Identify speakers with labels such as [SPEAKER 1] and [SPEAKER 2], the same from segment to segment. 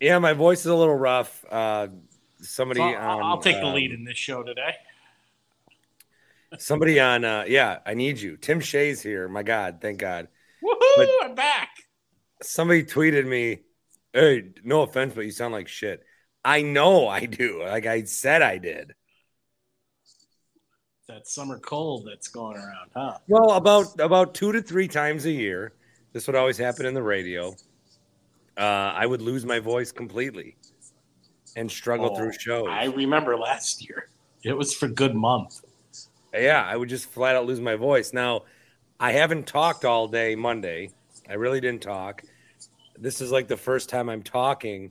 [SPEAKER 1] Yeah, my voice is a little rough. Uh, somebody
[SPEAKER 2] So
[SPEAKER 1] on,
[SPEAKER 2] I'll, I'll take the
[SPEAKER 1] uh,
[SPEAKER 2] lead in this show today.
[SPEAKER 1] Somebody on, uh, yeah, I need you. Tim Shea's here. My God, thank God.
[SPEAKER 2] Woohoo!
[SPEAKER 1] but-
[SPEAKER 2] I'm back.
[SPEAKER 1] Somebody tweeted me, "Hey, no offense, but you sound like shit." I know I do. Like I said, I did.
[SPEAKER 2] That summer cold that's going around, huh?
[SPEAKER 1] Well, about about two to three times a year, this would always happen in the radio. Uh, I would lose my voice completely and struggle
[SPEAKER 2] Oh,
[SPEAKER 1] through shows.
[SPEAKER 2] I remember last year. It was for good month.
[SPEAKER 1] Yeah, I would just flat out lose my voice. Now, I haven't talked all day Monday. I really didn't talk. This is like the first time I'm talking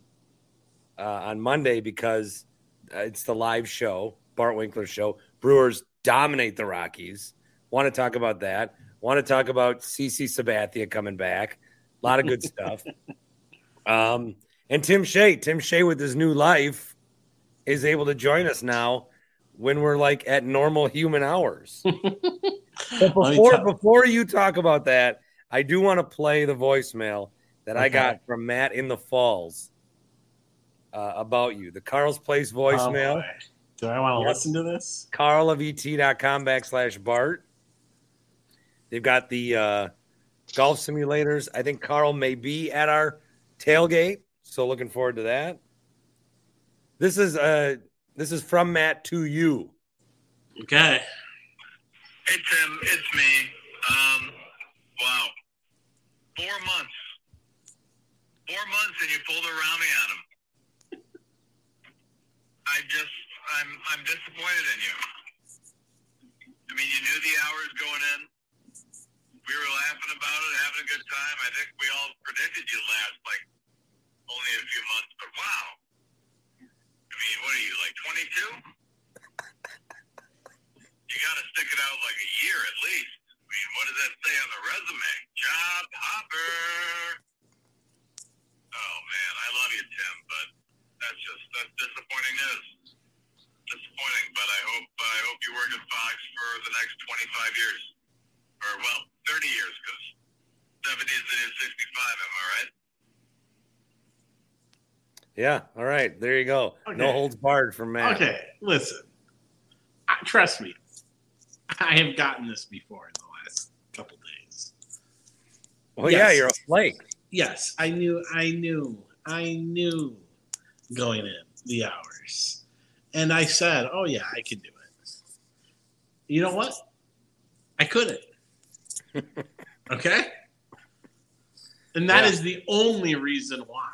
[SPEAKER 1] uh, on Monday because uh, it's the live show, Bart Winkler show. Brewers dominate the Rockies. Want to talk about that? Want to talk about CC Sabathia coming back? A lot of good stuff. Um, and Tim Shea, Tim Shea with his new life, is able to join us now when we're like at normal human hours.
[SPEAKER 2] Let me
[SPEAKER 1] Before
[SPEAKER 2] tell-
[SPEAKER 1] before you talk about that, I do want to play the voicemail that I
[SPEAKER 2] Okay.
[SPEAKER 1] got from Matt in the Falls uh, about you. The Carl's Place voicemail.
[SPEAKER 2] Oh, boy. Do I want to
[SPEAKER 1] Yep.
[SPEAKER 2] listen to this?
[SPEAKER 1] Carl of E et.com backslash Bart. They've got the uh, golf simulators. I think Carl may be at our tailgate, so looking forward to that. This is uh this is from Matt to you.
[SPEAKER 2] Okay.
[SPEAKER 3] Hey Tim, it's me. Um, wow, four months, four months, and you pulled a Rami on him. I just, I'm, I'm disappointed in you. I mean, you knew the hours going in. We were laughing about it, having a good time. I think we all predicted you'd last like only a few months, but wow. I mean, what are you like 22? you got to stick it out like a year at least. I mean, what does that say on the resume? Job hopper. Oh man, I love you, Tim, but that's just that's disappointing news. Disappointing, but I hope I hope you work at Fox for the next 25 years, or well, 30 years, because 70 is the new 65. Am I right?
[SPEAKER 1] Yeah, all right, there you go. No
[SPEAKER 2] Okay.
[SPEAKER 1] holds barred from Matt.
[SPEAKER 2] Okay. Listen. I- trust me. I have gotten this before in the last couple days.
[SPEAKER 1] Well,
[SPEAKER 2] Yes.
[SPEAKER 1] yeah, you're a flake.
[SPEAKER 2] Yes, I knew, I knew, I knew going in the hours. And I said, oh, yeah, I can do it. You know what? I couldn't. okay? And that
[SPEAKER 1] Yeah.
[SPEAKER 2] is the only reason why.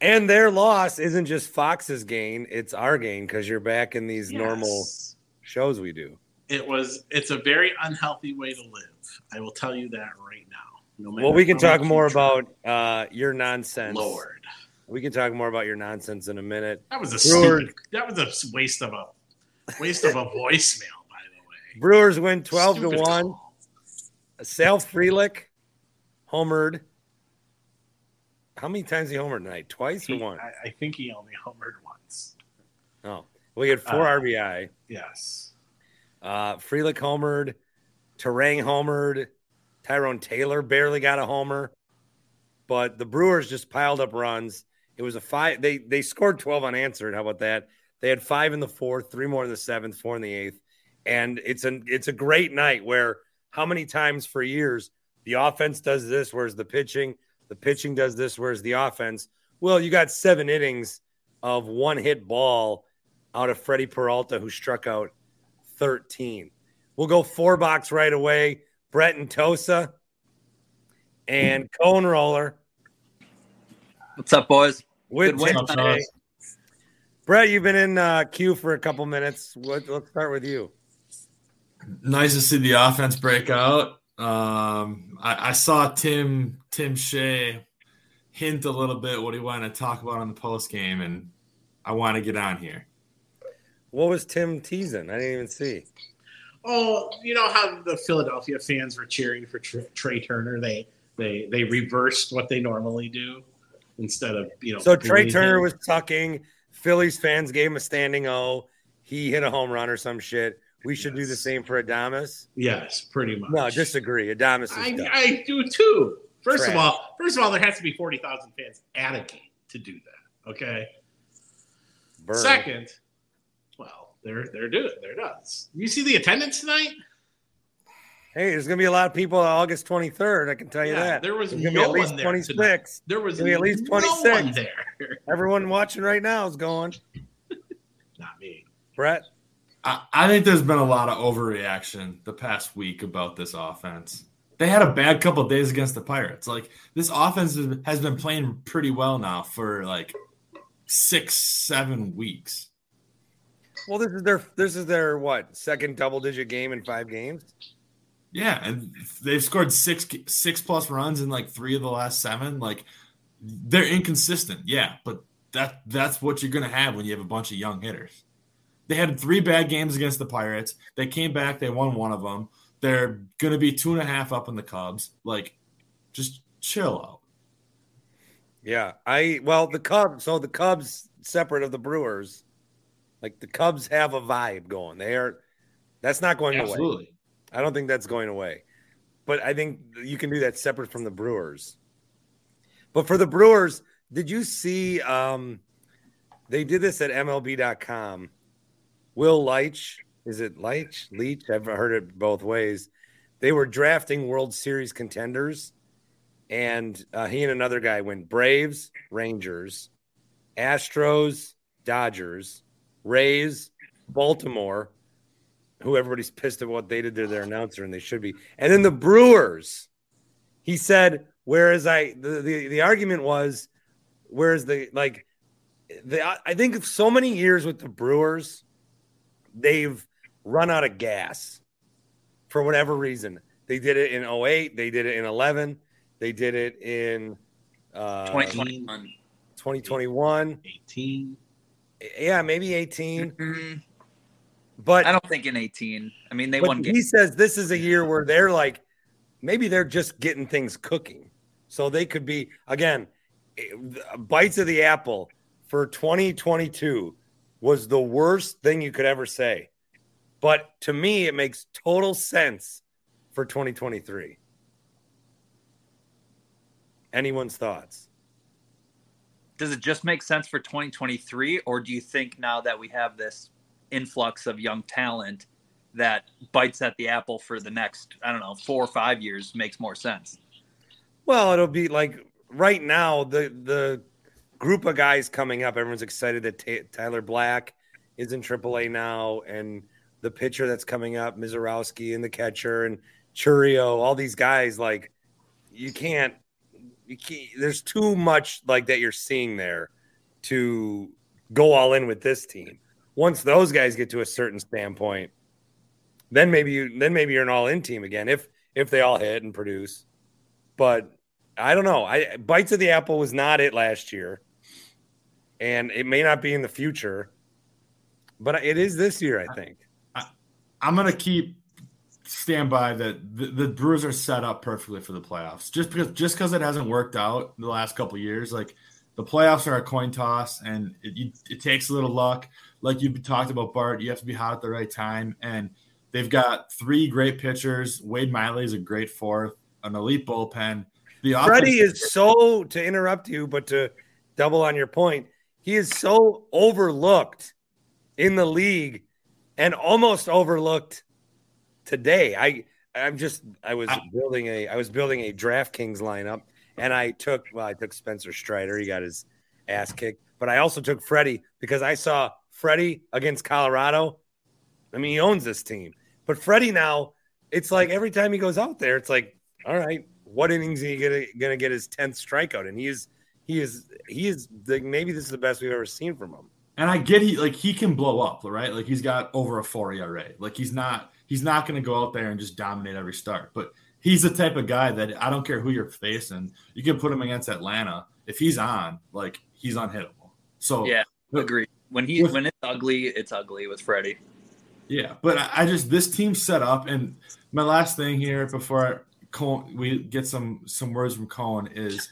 [SPEAKER 1] And their loss isn't just Fox's gain; it's our gain because you're back in these normal
[SPEAKER 2] Yes.
[SPEAKER 1] shows we do.
[SPEAKER 2] It was, it's a very unhealthy way to live. I will tell you that right now. No matter
[SPEAKER 1] Well, we can
[SPEAKER 2] how much
[SPEAKER 1] talk
[SPEAKER 2] you
[SPEAKER 1] more
[SPEAKER 2] try.
[SPEAKER 1] about uh, your nonsense.
[SPEAKER 2] Lord.
[SPEAKER 1] We can talk more about your nonsense in a minute.
[SPEAKER 2] That was a
[SPEAKER 1] Brewer-
[SPEAKER 2] stupid, that was a waste of a waste of a voicemail, by the way.
[SPEAKER 1] Brewers win twelve to
[SPEAKER 2] Stupid
[SPEAKER 1] one.
[SPEAKER 2] call.
[SPEAKER 1] Sal Frelick homered. How many times he homered tonight? Twice or
[SPEAKER 2] He-
[SPEAKER 1] one?
[SPEAKER 2] I, I think he only homered once.
[SPEAKER 1] Oh, we had four
[SPEAKER 2] Uh,
[SPEAKER 1] RBI.
[SPEAKER 2] Yes.
[SPEAKER 1] Uh, Frelick homered. Terang homered. Tyrone Taylor barely got a homer. But the Brewers just piled up runs, It was a five. They they scored twelve unanswered. How about that? They had five in the fourth, three more in the seventh, four in the eighth, and it's an it's a great night where how many times for years the offense does this, whereas the pitching, the pitching does this, whereas the offense. Well, you got seven innings of one hit ball out of Freddie Peralta, who struck out 13. We'll go four box right away. Brett and Tosa and Cone Roller.
[SPEAKER 4] What's up, boys?
[SPEAKER 1] With
[SPEAKER 4] Good win.
[SPEAKER 1] Wednesday. Brett, you've been in uh, queue for a couple minutes. What, let's start with you.
[SPEAKER 5] Nice to see the offense break out. Um, I, I saw Tim Tim Shea hint a little bit what he wanted to talk about on the post game, and I want to get on here.
[SPEAKER 1] What was Tim teasing? I didn't even see.
[SPEAKER 2] Oh, you know how the Philadelphia fans were cheering for Tr- Trey Turner. They they they reversed what they normally do instead of you know.
[SPEAKER 1] So Trey
[SPEAKER 2] booing
[SPEAKER 1] Turner
[SPEAKER 2] him.
[SPEAKER 1] was tucking. Phillies fans gave him a standing O. He hit a home run or some shit. We should do the
[SPEAKER 2] Yes.
[SPEAKER 1] same for Adamas.
[SPEAKER 2] yes, pretty much.
[SPEAKER 1] No, disagree. Adamas is
[SPEAKER 2] I,
[SPEAKER 1] done.
[SPEAKER 2] I do too. First
[SPEAKER 1] Trash.
[SPEAKER 2] of all, first of all, there has to be forty thousand fans at a game to do that. Okay.
[SPEAKER 1] Burn.
[SPEAKER 2] Second, well, they're they're doing there does. You see the attendance tonight?
[SPEAKER 1] Hey, there's gonna be a lot of people on August 23rd. I can tell you that.
[SPEAKER 2] there was
[SPEAKER 1] There's gonna
[SPEAKER 2] no
[SPEAKER 1] be at least
[SPEAKER 2] one there. tonight.
[SPEAKER 1] 26.
[SPEAKER 2] There was
[SPEAKER 1] There'll be at least
[SPEAKER 2] no
[SPEAKER 1] 26.
[SPEAKER 2] one there.
[SPEAKER 1] Everyone watching right now is going.
[SPEAKER 2] Not me.
[SPEAKER 1] Brett,
[SPEAKER 5] I, I think there's been a lot of overreaction the past week about this offense. They had a bad couple of days against the Pirates. Like this offense has- has been playing pretty well now for like six, seven weeks.
[SPEAKER 1] well, this is their this is their what second double digit game in five games.
[SPEAKER 5] Yeah, and they've scored six six plus runs in like three of the last seven. Like they're inconsistent. Yeah, but that that's what you're gonna have when you have a bunch of young hitters. They had three bad games against the Pirates. They came back. They won one of them. They're gonna be two and a half up in the Cubs. Like, just chill out.
[SPEAKER 1] Yeah, I well the Cubs. So the Cubs separate of the Brewers, like the Cubs have a vibe going. They are. That's not going away.
[SPEAKER 5] Absolutely.
[SPEAKER 1] I don't think that's going away. But I think you can do that separate from the Brewers. But for the Brewers, did you see um they did this at MLB.com? Will Leitch, is it Leitch? Leach? I've heard it both ways. They were drafting World Series contenders, and uh, he and another guy went Braves, Rangers, Astros, Dodgers, Rays, Baltimore, who everybody's pissed at what they did to their announcer, and they should be. And then the Brewers, he said, whereas I the the, the argument was, whereas the like the I- I think of so many years with the Brewers, they've run out of gas for whatever reason. They did it in 08, they did it in 11, they did it in uh,
[SPEAKER 4] 2021.
[SPEAKER 1] 2021.
[SPEAKER 2] Eighteen.
[SPEAKER 1] Yeah, maybe 18,
[SPEAKER 4] Mm,
[SPEAKER 1] Mm-hmm. but
[SPEAKER 4] I don't think in 18. I mean, they
[SPEAKER 1] But
[SPEAKER 4] won
[SPEAKER 1] He
[SPEAKER 4] games.
[SPEAKER 1] says this is a year where they're like, maybe they're just getting things cooking. So they could be, again, eh, bites of the apple for 2022 was the worst thing you could ever say. But to me, it makes total sense for 2023. Anyone's thoughts?
[SPEAKER 4] Does it just make sense for 2023, or do you think now that we have this influx of young talent that bites at the apple for the next, I don't know, four or five years makes more sense?
[SPEAKER 1] Well, it'll be like right now the the group of guys coming up. Everyone's excited that Ta Tyler Black is in AAA now, and the pitcher that's coming up, Mizorowski, and the catcher and Churio, all these guys. Like you can't, you can't. There's too much like that you're seeing there to go all in with this team. Once those guys get to a certain standpoint, then maybe you then maybe you're an all in team again if if they all hit and produce but I don't know. I bites of the apple was not it last year, and it may not be in the future, but it is this year. I think.
[SPEAKER 5] I'm gonna keep stand by that the, the Brewers are set up perfectly for the playoffs. Just because just because it hasn't worked out the last couple of years, like the playoffs are a coin toss, and it, you, it takes a little luck. Like you talked about, Bart, you have to be hot at the right time, and they've got three great pitchers. Wade Miley's a great fourth, an elite bullpen. The offense-
[SPEAKER 1] Freddie is so to interrupt you, but to double on your point. He is so overlooked in the league and almost overlooked today. I I'm just I was
[SPEAKER 5] Ah.
[SPEAKER 1] building a I was building a DraftKings lineup and I took well I took Spencer Strider. He got his ass kicked, but I also took Freddie because I saw Freddie against Colorado. I mean, he owns this team. But Freddie now, it's like every time he goes out there, it's like, all right, what innings is he gonna, gonna get his tenth strikeout? And he is he is he is the, maybe this is the best we've ever seen from him.
[SPEAKER 5] And I get he like he can blow up, right? Like he's got over a four ERA. Like he's not he's not going to go out there and just dominate every start. But he's the type of guy that I don't care who you're facing. You can put him against Atlanta if he's on, like he's unhittable. So
[SPEAKER 4] Yeah,
[SPEAKER 5] but-
[SPEAKER 4] agree. When he
[SPEAKER 5] With-
[SPEAKER 4] when it's ugly, it's ugly with Freddie.
[SPEAKER 5] Yeah, but I, I just this team's set up, and my last thing here before I, Cohen, we get some some words from Cohen is,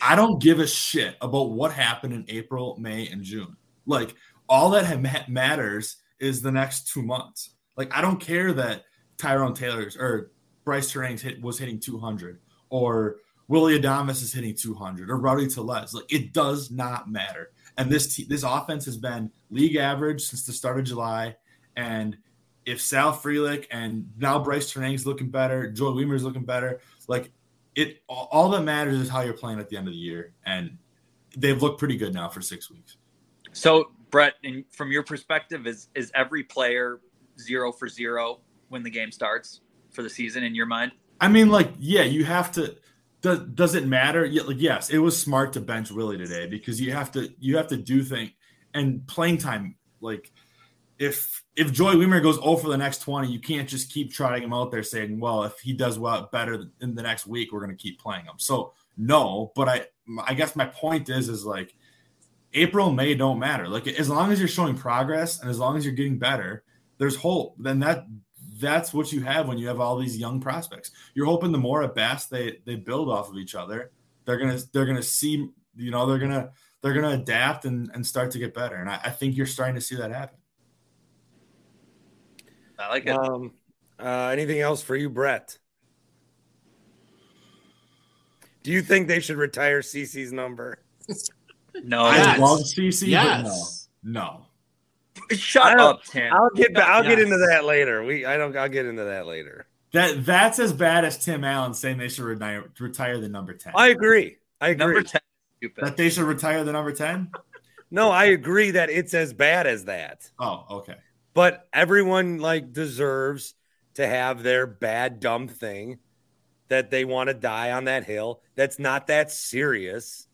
[SPEAKER 5] I don't give a shit about what happened in April, May, and June. Like all that ha- ma- matters is the next two months. Like I don't care that Tyrone Taylor's or Bryce Terang's hit was hitting 200, or Willie Adamas is hitting 200, or Rowdy Tellez. Like it does not matter. And this te- this offense has been league average since the start of July. And if Sal Frelick and now Bryce Ternang's looking better, Joy Weimer's looking better, like it all, all that matters is how you're playing at the end of the year. And they've looked pretty good now for six weeks.
[SPEAKER 4] So Brett, and from your perspective, is is every player zero for zero when the game starts for the season in your mind?
[SPEAKER 5] I mean, like, yeah, you have to does does it matter? Yeah, like yes, it was smart to bench Willie today because you have to you have to do things and playing time, like if if Joy Weimer goes over for the next 20, you can't just keep trotting him out there saying, well, if he does well better in the next week, we're going to keep playing him. So no, but I I guess my point is is like April, May don't matter. Like as long as you're showing progress and as long as you're getting better, there's hope. Then that that's what you have when you have all these young prospects. You're hoping the more at bats they they build off of each other, they're gonna they're gonna see you know they're gonna they're gonna adapt and, and start to get better. And I, I think you're starting to see that happen.
[SPEAKER 4] I like it.
[SPEAKER 1] Um, uh, anything else for you, Brett? Do you think they should retire CC's number?
[SPEAKER 4] no,
[SPEAKER 5] I
[SPEAKER 2] Yes.
[SPEAKER 5] love CC.
[SPEAKER 2] yes.
[SPEAKER 5] But no, no.
[SPEAKER 4] shut
[SPEAKER 1] I'll-
[SPEAKER 4] up, Tim.
[SPEAKER 1] I'll get ba- I'll get
[SPEAKER 2] Yes.
[SPEAKER 1] into that later. We I don't I'll get into that later.
[SPEAKER 5] That that's as bad as Tim Allen saying they should retire retire the number ten.
[SPEAKER 1] I agree. I agree.
[SPEAKER 4] Number ten, is
[SPEAKER 5] that
[SPEAKER 4] stupid.
[SPEAKER 5] they should retire the number ten.
[SPEAKER 1] No, I agree that it's as bad as that.
[SPEAKER 5] Oh, okay.
[SPEAKER 1] But everyone like deserves to have their bad dumb thing that they want to die on that hill. That's not that serious.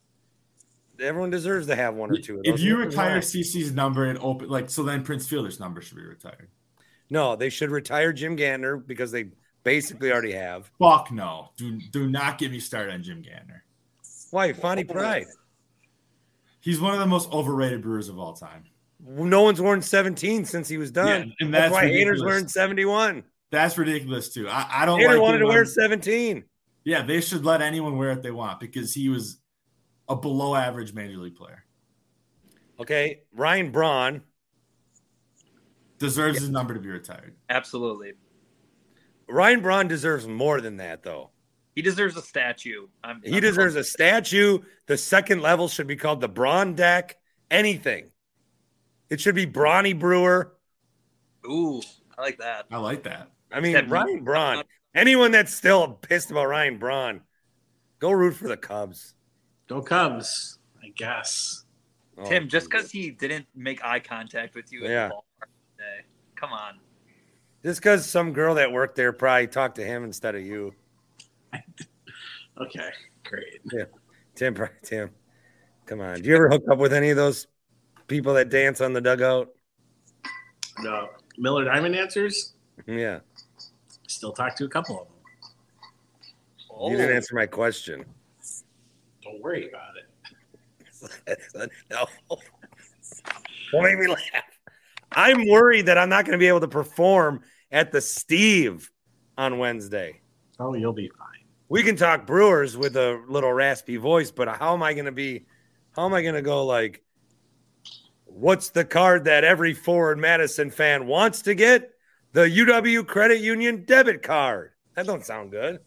[SPEAKER 1] Everyone deserves to have one or two. Of
[SPEAKER 5] If
[SPEAKER 1] those.
[SPEAKER 5] you
[SPEAKER 1] Why?
[SPEAKER 5] retire CC's number and open like so, then Prince Fielder's number should be retired.
[SPEAKER 1] No, they should retire Jim Gantner because they basically already have.
[SPEAKER 5] Fuck no. Do do not get me started on Jim Gantner.
[SPEAKER 1] Why? Fonny Pride.
[SPEAKER 5] He's one of the most overrated brewers of all time.
[SPEAKER 1] No one's worn 17 since he was done.
[SPEAKER 5] Yeah, and that's
[SPEAKER 1] that's, why Hader's
[SPEAKER 5] ridiculous.
[SPEAKER 1] wearing 71.
[SPEAKER 5] That's ridiculous too. I, I don't
[SPEAKER 1] Hader
[SPEAKER 5] like
[SPEAKER 1] wanted
[SPEAKER 5] it
[SPEAKER 1] to
[SPEAKER 5] when-
[SPEAKER 1] wear 17.
[SPEAKER 5] Yeah, they should let anyone wear it they want because he was a below average major league player.
[SPEAKER 1] Okay. Ryan Braun.
[SPEAKER 5] Deserves his number to be retired.
[SPEAKER 4] Absolutely,
[SPEAKER 1] Ryan Braun deserves more than that, though.
[SPEAKER 4] he deserves a statue. I'm,
[SPEAKER 1] He
[SPEAKER 4] I'm-
[SPEAKER 1] deserves a statue. The second level should be called the Braun deck. Anything. It should be Brawny Brewer.
[SPEAKER 4] Ooh, I like that.
[SPEAKER 5] I like that.
[SPEAKER 1] I mean,
[SPEAKER 4] That-
[SPEAKER 1] Ryan Braun. Anyone that's still pissed about Ryan Braun, go root for the Cubs.
[SPEAKER 2] Go Cubs, I guess.
[SPEAKER 1] Oh,
[SPEAKER 4] Tim, just because he didn't make eye contact with you
[SPEAKER 1] Yeah.
[SPEAKER 4] at the ballpark today, come on.
[SPEAKER 1] Just because some girl that worked there probably talked to him instead of you,
[SPEAKER 2] Okay, great.
[SPEAKER 1] Tim. probably- Tim, come on. Do you ever hook up with any of those people that dance on the dugout?
[SPEAKER 2] No, Miller Diamond answers.
[SPEAKER 1] Yeah,
[SPEAKER 2] Still talk to a couple of them.
[SPEAKER 1] you
[SPEAKER 2] Oh.
[SPEAKER 1] didn't answer my question.
[SPEAKER 2] Don't worry about it.
[SPEAKER 1] no, don't make me laugh. I'm worried that I'm not going to be able to perform at the Steve on Wednesday.
[SPEAKER 2] Oh, you'll be fine.
[SPEAKER 1] We can talk Brewers with a little raspy voice, but how am I going to be? How am I going to go like? What's the card that every forward Madison fan wants to get? The UW Credit Union debit card. That don't sound good.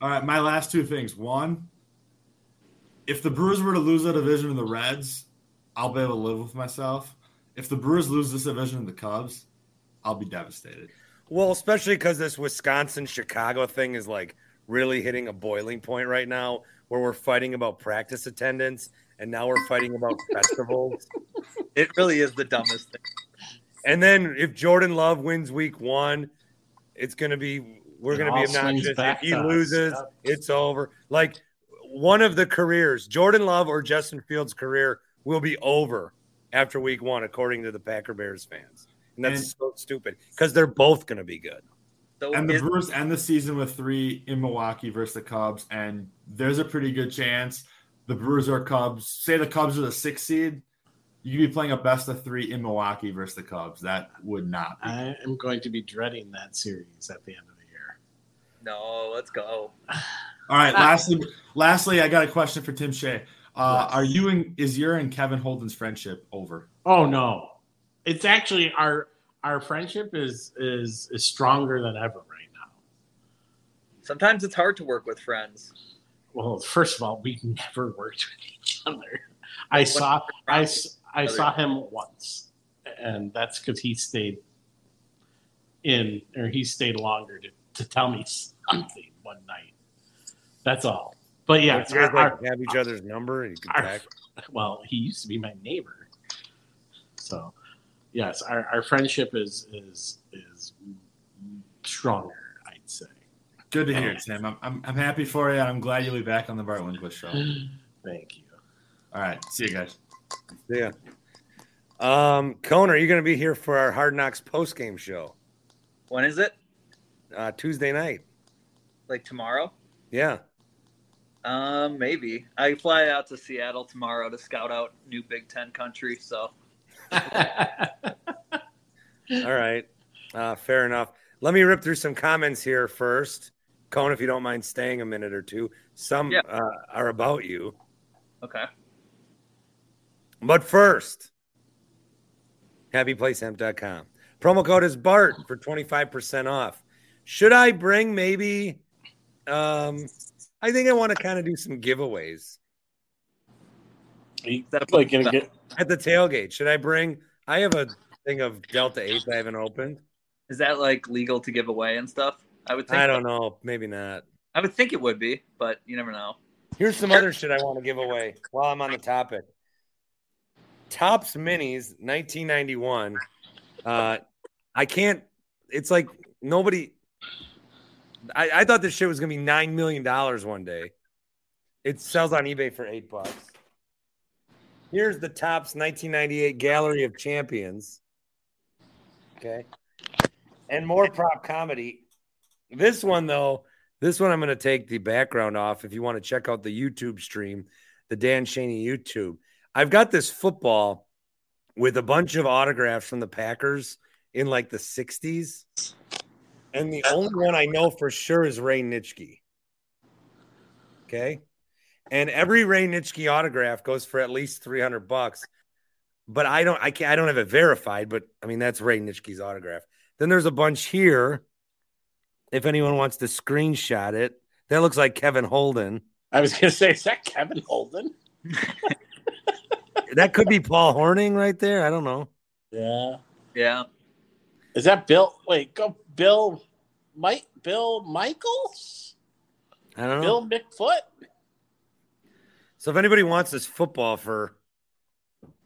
[SPEAKER 5] All right, my last two things. One, if the Brewers were to lose that division to the Reds, I'll be able to live with myself. If the Brewers lose this division to the Cubs, I'll be devastated.
[SPEAKER 1] Well, especially because this Wisconsin Chicago thing is like really hitting a boiling point right now where we're fighting about practice attendance and now we're fighting about festivals.
[SPEAKER 4] It really is the dumbest thing.
[SPEAKER 1] And then if Jordan Love wins week one, it's going to be, we're
[SPEAKER 2] It
[SPEAKER 1] going to be
[SPEAKER 2] all
[SPEAKER 1] obnoxious.
[SPEAKER 2] swings
[SPEAKER 1] If
[SPEAKER 2] back
[SPEAKER 1] he
[SPEAKER 2] to us.
[SPEAKER 1] loses,
[SPEAKER 2] Yep.
[SPEAKER 1] it's over. Like one of the careers, Jordan Love or Justin Fields' career will be over after week one, according to the Packer Bears fans. And that's
[SPEAKER 5] And-
[SPEAKER 1] so stupid because they're both going to be good.
[SPEAKER 4] So
[SPEAKER 5] And the
[SPEAKER 4] is-
[SPEAKER 5] Brewers end the season with three in Milwaukee versus the Cubs, and there's a pretty good chance the Brewers are Cubs. Say the Cubs are the sixth seed, you could be playing a best of three in Milwaukee versus the Cubs. That would not. Be.
[SPEAKER 2] I am going to be dreading that series at the end of the year.
[SPEAKER 4] no, let's go.
[SPEAKER 5] All right. Lastly, lastly, I got a question for Tim Shea. Uh, are you and is your and Kevin Holden's friendship over?
[SPEAKER 2] Oh no, it's actually our our friendship is is is stronger than ever right now.
[SPEAKER 4] Sometimes it's hard to work with friends.
[SPEAKER 2] Well, first of all, we never worked with each other. I saw I, s- I saw him once, and that's because he stayed in or he stayed longer to, to tell me something one night. That's all. But yeah,
[SPEAKER 1] If you guys,
[SPEAKER 2] our-
[SPEAKER 1] like, have each other's number. You can
[SPEAKER 2] our-
[SPEAKER 1] text.
[SPEAKER 2] well, he used to be my neighbor. So, yes, our, our friendship is is is stronger, I'd say.
[SPEAKER 5] Good to hear, Tim. I'm, I'm, I'm happy for you. and I'm glad you'll be back on the Bart Winquist show.
[SPEAKER 2] Thank you.
[SPEAKER 5] All right. See you guys.
[SPEAKER 1] Yeah. Um, Cone, are you going to be here for our Hard Knocks post game show
[SPEAKER 4] When is it?
[SPEAKER 1] uh, Tuesday night?
[SPEAKER 4] Like tomorrow?
[SPEAKER 1] Yeah.
[SPEAKER 4] Um, maybe. I fly out to Seattle tomorrow to scout out new Big Ten country. So
[SPEAKER 1] All right. Uh, fair enough. Let me rip through some comments here first. Cone, if you don't mind staying a minute or two, some
[SPEAKER 4] Yeah.
[SPEAKER 1] uh, are about you.
[SPEAKER 4] okay.
[SPEAKER 1] But first, happyplacehemp.com. Promo code is BART for 25% off. Should I bring maybe um I think I want to kind of do some giveaways
[SPEAKER 2] He-
[SPEAKER 4] That's
[SPEAKER 2] like gonna get
[SPEAKER 1] at the tailgate. Should I bring I have a thing of Delta 8 I haven't opened.
[SPEAKER 4] Is that like legal to give away and stuff? I would think
[SPEAKER 1] I don't know, maybe not.
[SPEAKER 4] I would think it would be, but you never know.
[SPEAKER 1] Here's some other shit I want to give away while I'm on the topic. Tops Minis 1991. Uh, I can't, it's like nobody. I, I thought this shit was gonna be nine million dollars one day. It sells on eBay for eight bucks. Here's the Tops 1998 Gallery of Champions. Okay, and more prop comedy. This one though, this one I'm going to take the background off. If you want to check out the YouTube stream, the Dan Shaney YouTube, I've got this football with a bunch of autographs from the Packers in like the 60s. And the only one I know for sure is Ray Nitschke. Okay. And every Ray Nitschke autograph goes for at least 300 bucks. But I don't, I can't, I don't have it verified, but I mean, that's Ray Nitschke's autograph. Then there's a bunch here if anyone wants to screenshot it. That looks like Kevin Holden.
[SPEAKER 2] I was gonna say, is that Kevin Holden?
[SPEAKER 1] That could be Paul Horning right there. I don't know.
[SPEAKER 2] Yeah.
[SPEAKER 4] Yeah.
[SPEAKER 2] Is that Bill wait, go Bill Mike Bill Michaels?
[SPEAKER 1] I don't know.
[SPEAKER 2] Bill McFoot?
[SPEAKER 1] So if anybody wants this football for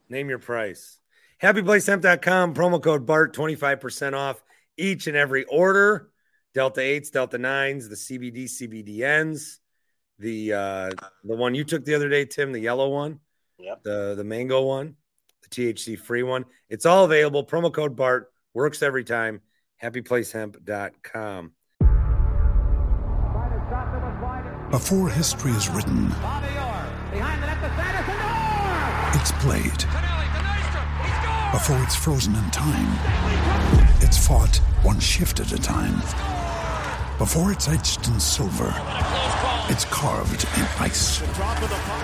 [SPEAKER 1] name your price. HappyPlaceHemp.com, promo code BART, 25% off each and every order. Delta 8s, Delta 9s, the CBD, CBDNs, the uh, the one you took the other day, Tim, the yellow one,
[SPEAKER 2] Yep.
[SPEAKER 1] the, the mango one, the THC free one. It's all available. Promo code BART works every time. HappyPlaceHemp.com.
[SPEAKER 6] Before history is written, it's played. Before it's frozen in time, it's fought one shift at a time. Before it's etched in silver, it's carved in ice.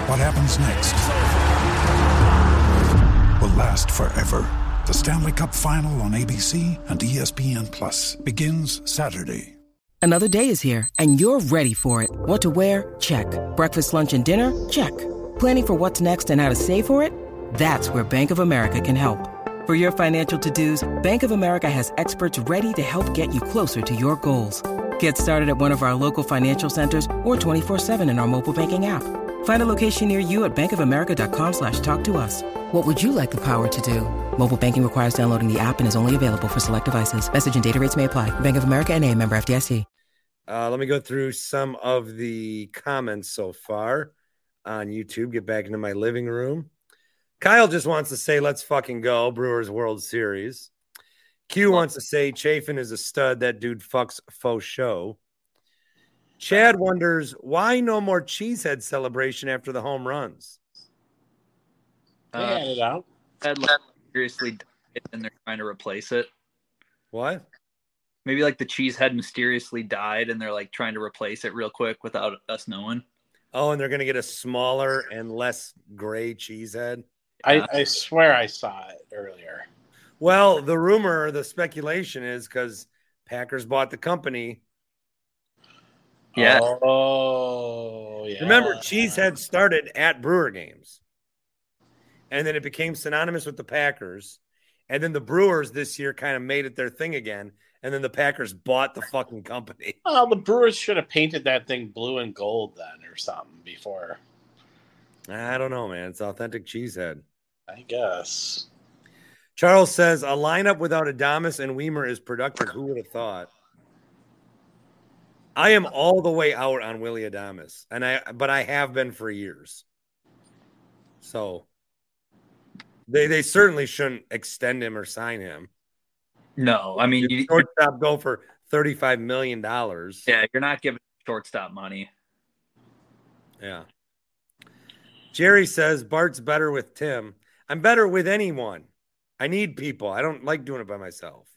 [SPEAKER 6] What happens next will last forever. The Stanley Cup Final on ABC and E ESPN Plus begins Saturday.
[SPEAKER 7] Another day is here, and you're ready for it. What to wear? Check. Breakfast, lunch, and dinner? Check. Planning for what's next and how to save for it? That's where Bank of America can help. For your financial to-dos, Bank of America has experts ready to help get you closer to your goals. Get started at one of our local financial centers or 24-7 in our mobile banking app. Find a location near you at bankofamerica.com slash talk to us. What would you like the power to do? Mobile banking requires downloading the app and is only available for select devices. Message and data rates may apply. Bank of America and a member FDIC.
[SPEAKER 1] Uh, let me go through some of the comments so far on YouTube. Get back into my living room. Kyle just wants to say, let's fucking go, Brewers World Series. Q wants to say, Chafin is a stud. That dude fucks faux show. Chad wonders, why no more cheesehead celebration after the home runs?
[SPEAKER 2] They
[SPEAKER 4] Uh,
[SPEAKER 2] had it out.
[SPEAKER 4] Ted Lasso mysteriously died and they're trying to replace it.
[SPEAKER 1] What?
[SPEAKER 4] Maybe like the cheesehead mysteriously died and they're like trying to replace it real quick without us knowing.
[SPEAKER 1] Oh, and they're going to get a smaller and less gray cheesehead.
[SPEAKER 4] Yeah.
[SPEAKER 2] I, I swear I saw it earlier.
[SPEAKER 1] Well, the rumor, the speculation is because Packers bought the company.
[SPEAKER 4] Yeah.
[SPEAKER 2] Oh, yeah.
[SPEAKER 1] Remember, Cheesehead started at Brewer games, and then it became synonymous with the Packers. And then the Brewers this year kind of made it their thing again. And then the Packers bought the fucking company.
[SPEAKER 2] Well, the Brewers should have painted that thing blue and gold then, or something before.
[SPEAKER 1] I don't know, man. It's authentic Cheesehead.
[SPEAKER 2] I guess.
[SPEAKER 1] Charles says a lineup without Adamas and Weimer is productive. Who would have thought? I am all the way out on Willie Adamas, and I but I have been for years. So they they certainly shouldn't extend him or sign him.
[SPEAKER 4] No, I mean, you,
[SPEAKER 1] Shortstop go for thirty five million dollars.
[SPEAKER 4] yeah, you're not giving shortstop money.
[SPEAKER 1] Yeah. Jerry says Bart's better with Tim. I'm better with anyone. I need people. I don't like doing it by myself.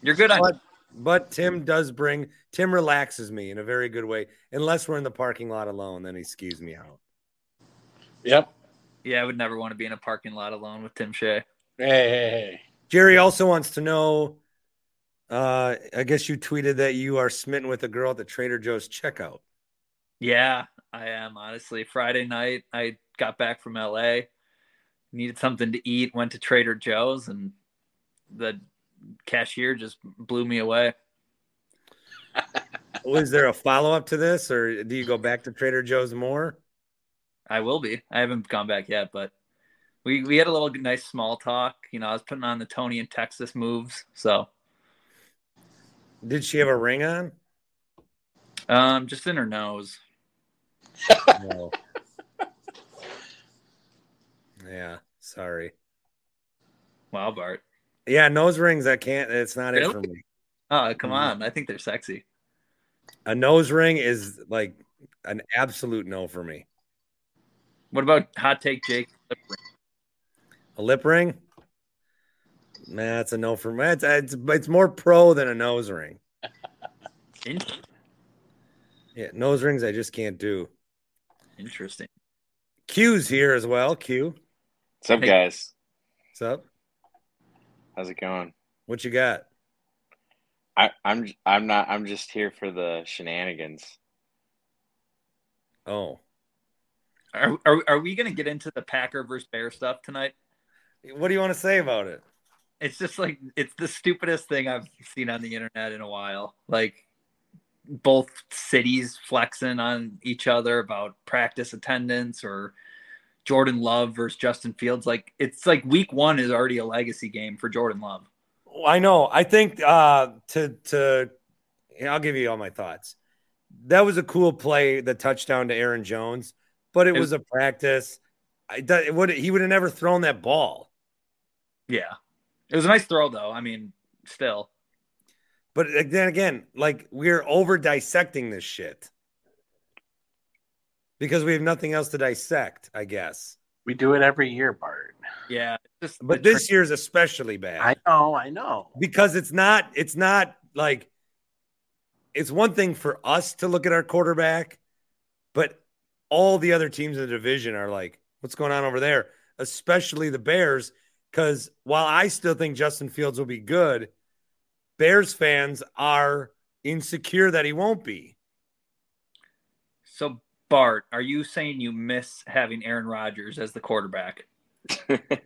[SPEAKER 4] You're good on.
[SPEAKER 1] But, but Tim does bring Tim relaxes me in a very good way. Unless we're in the parking lot alone, then he skews me out.
[SPEAKER 2] Yep.
[SPEAKER 4] Yeah, I would never want to be in a parking lot alone with Tim Shea.
[SPEAKER 2] Hey, hey,
[SPEAKER 1] Jerry also wants to know. Uh, I guess you tweeted that you are smitten with a girl at the Trader Joe's checkout.
[SPEAKER 4] Yeah, I am honestly. Friday night, I got back from LA, needed something to eat, went to Trader Joe's, and the cashier just blew me away.
[SPEAKER 1] Was there a follow up to this, or do you go back to Trader Joe's more?
[SPEAKER 4] I will be. I haven't gone back yet, but we we had a little nice small talk. You know, I was putting on the Tony and Texas moves. So,
[SPEAKER 1] Did she have a ring on?
[SPEAKER 4] um, just in her nose.
[SPEAKER 1] No. yeah, sorry.
[SPEAKER 4] Wow, Bart.
[SPEAKER 1] Yeah, nose rings. I can't. It's not it for me.
[SPEAKER 4] Oh, come
[SPEAKER 1] Mhm.
[SPEAKER 4] on. I think they're sexy.
[SPEAKER 1] A nose ring is like an absolute no for me.
[SPEAKER 4] What about hot take, Jake?
[SPEAKER 1] A lip ring? Nah, it's a no for me. It's, it's, it's more pro than a nose ring.
[SPEAKER 4] In-
[SPEAKER 1] Yeah, nose rings I just can't do.
[SPEAKER 4] Interesting.
[SPEAKER 1] Q's here as well. Q,
[SPEAKER 8] What's up,
[SPEAKER 4] Hey.
[SPEAKER 8] guys?
[SPEAKER 1] what's up?
[SPEAKER 8] How's it going?
[SPEAKER 1] What you got?
[SPEAKER 8] I, I'm I'm not I'm just here for the shenanigans.
[SPEAKER 1] Oh,
[SPEAKER 4] Are, are, are we going to get into the Packer versus Bear stuff tonight?
[SPEAKER 1] what do you want to say about it?
[SPEAKER 4] It's just like, it's the stupidest thing I've seen on the internet in a while. Like, both cities flexing on each other about practice attendance or Jordan Love versus Justin Fields. Like, it's like week one is already a legacy game for Jordan Love.
[SPEAKER 1] I know. I think uh, to to yeah, I'll give you all my thoughts. That was a cool play, the touchdown to Aaron Jones, but it
[SPEAKER 4] It-
[SPEAKER 1] was a practice. I that- it would he would have never thrown that ball.
[SPEAKER 4] Yeah. It was a nice throw, though. I mean, still.
[SPEAKER 1] But then again, like we're over dissecting this shit because we have nothing else to dissect, I guess.
[SPEAKER 2] We do it every year, Bart.
[SPEAKER 4] Yeah. it's Just
[SPEAKER 1] But
[SPEAKER 4] the
[SPEAKER 1] this year's especially bad.
[SPEAKER 2] I know, I know.
[SPEAKER 1] because it's not it's not like it's one thing for us to look at our quarterback but all the other teams in the division are like what's going on over there especially the bears because while i still think justin fields will be good bears fans are insecure that he won't be
[SPEAKER 4] So Bart, are you saying you miss having Aaron Rodgers as the quarterback? because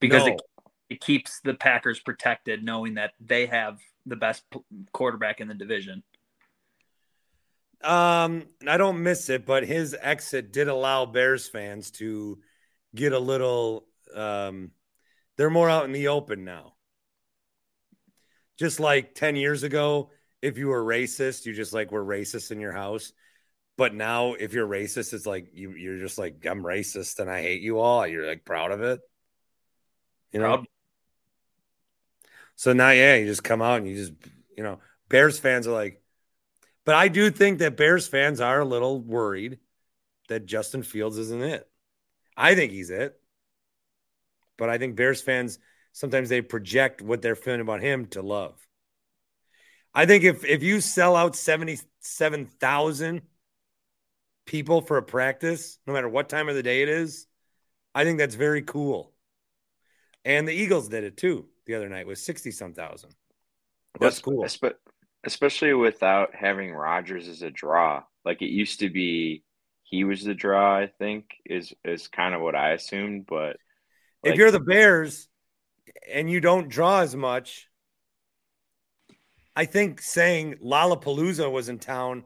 [SPEAKER 1] No.
[SPEAKER 4] it, it keeps the Packers protected, knowing that they have the best p- quarterback in the division.
[SPEAKER 1] Um, I don't miss it, but his exit did allow Bears fans to get a little. Um, they're more out in the open now. Just like ten years ago, if you were racist, you just like were racist in your house. But now, if you're racist, it's like you, you're just like I'm racist and I hate you all. You're like proud of it. You know.
[SPEAKER 4] Proud.
[SPEAKER 1] So now, yeah, you just come out and you just, you know, Bears fans are like, but I do think that Bears fans are a little worried that Justin Fields isn't it. I think he's it. But I think Bears fans sometimes they project what they're feeling about him to love. I think if if you sell out 77,000 people for a practice, no matter what time of the day it is, I think that's very cool. And the Eagles did it too the other night with 60 some thousand. That's cool.
[SPEAKER 8] Espe- Especially without having Rogers as a draw. Like it used to be he was the draw, I think, is is kind of what I assumed, but
[SPEAKER 1] if
[SPEAKER 8] like,
[SPEAKER 1] you're the Bears and you don't draw as much, I think saying Lollapalooza was in town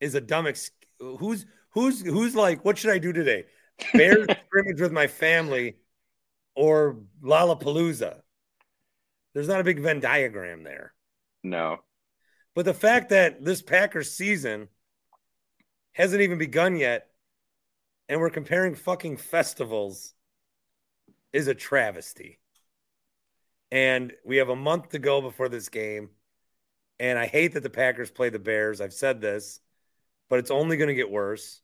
[SPEAKER 1] is a dumb ex- who's who's who's like what should I do today? Bears scrimmage with my family or Lollapalooza. There's not a big Venn diagram there.
[SPEAKER 8] no.
[SPEAKER 1] But the fact that this Packers season hasn't even begun yet, and we're comparing fucking festivals is a travesty. And we have a month to go before this game. And I hate that the Packers play the Bears. I've said this, but it's only going to get worse.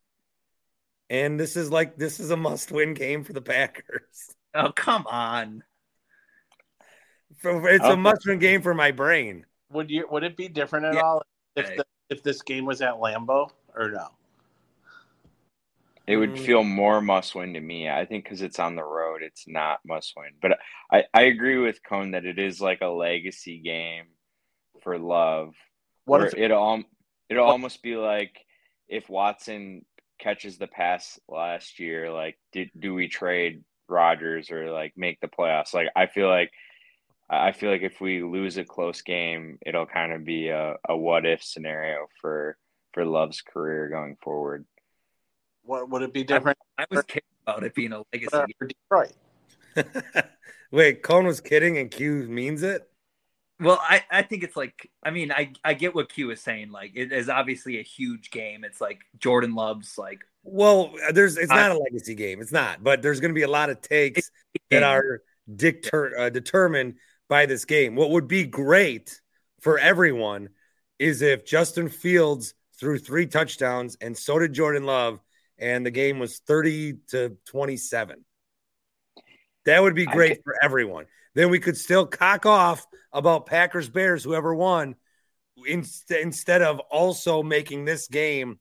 [SPEAKER 1] And this is like, this is a must win game for the Packers.
[SPEAKER 4] Oh, come on.
[SPEAKER 1] For- It's a
[SPEAKER 2] Oh.
[SPEAKER 8] Okay.
[SPEAKER 1] must win game for my brain.
[SPEAKER 2] Would you? Would it be different at
[SPEAKER 4] Yeah.
[SPEAKER 2] all if
[SPEAKER 4] Hey.
[SPEAKER 2] the, if this game was at Lambeau or no?
[SPEAKER 8] It would
[SPEAKER 1] Mm.
[SPEAKER 8] feel more must win to me. I think because it's on the road, it's not must win. But I, I agree with Cone that it is like a legacy game for love.
[SPEAKER 2] What
[SPEAKER 8] where
[SPEAKER 2] if
[SPEAKER 8] it all it'll almost be like if Watson catches the pass last year, like do, do we trade Rodgers or like make the playoffs? Like I feel like I feel like if we lose a close game, it'll kind of be a, a what if scenario for for Love's career going forward.
[SPEAKER 2] what would it be different
[SPEAKER 4] I was kidding about it being a legacy.
[SPEAKER 2] for
[SPEAKER 4] game.
[SPEAKER 2] Detroit?
[SPEAKER 1] Wait, Cone was kidding and Q means it?
[SPEAKER 4] Well, I, I think it's like I mean I I get what Q is saying. Like it is obviously a huge game. It's like Jordan loves like Uh,
[SPEAKER 1] Well, there's it's
[SPEAKER 4] I-
[SPEAKER 1] not a legacy game. It's not, but there's going to be a lot of takes that
[SPEAKER 4] games.
[SPEAKER 1] are dicter, uh, determined by this game. What would be great for everyone is if Justin Fields threw three touchdowns and so did Jordan Love, and the game was 30 to 27. That would be
[SPEAKER 8] I
[SPEAKER 1] great for everyone. Then we could still cock off about Packers Bears, whoever won, inst- instead of also making this game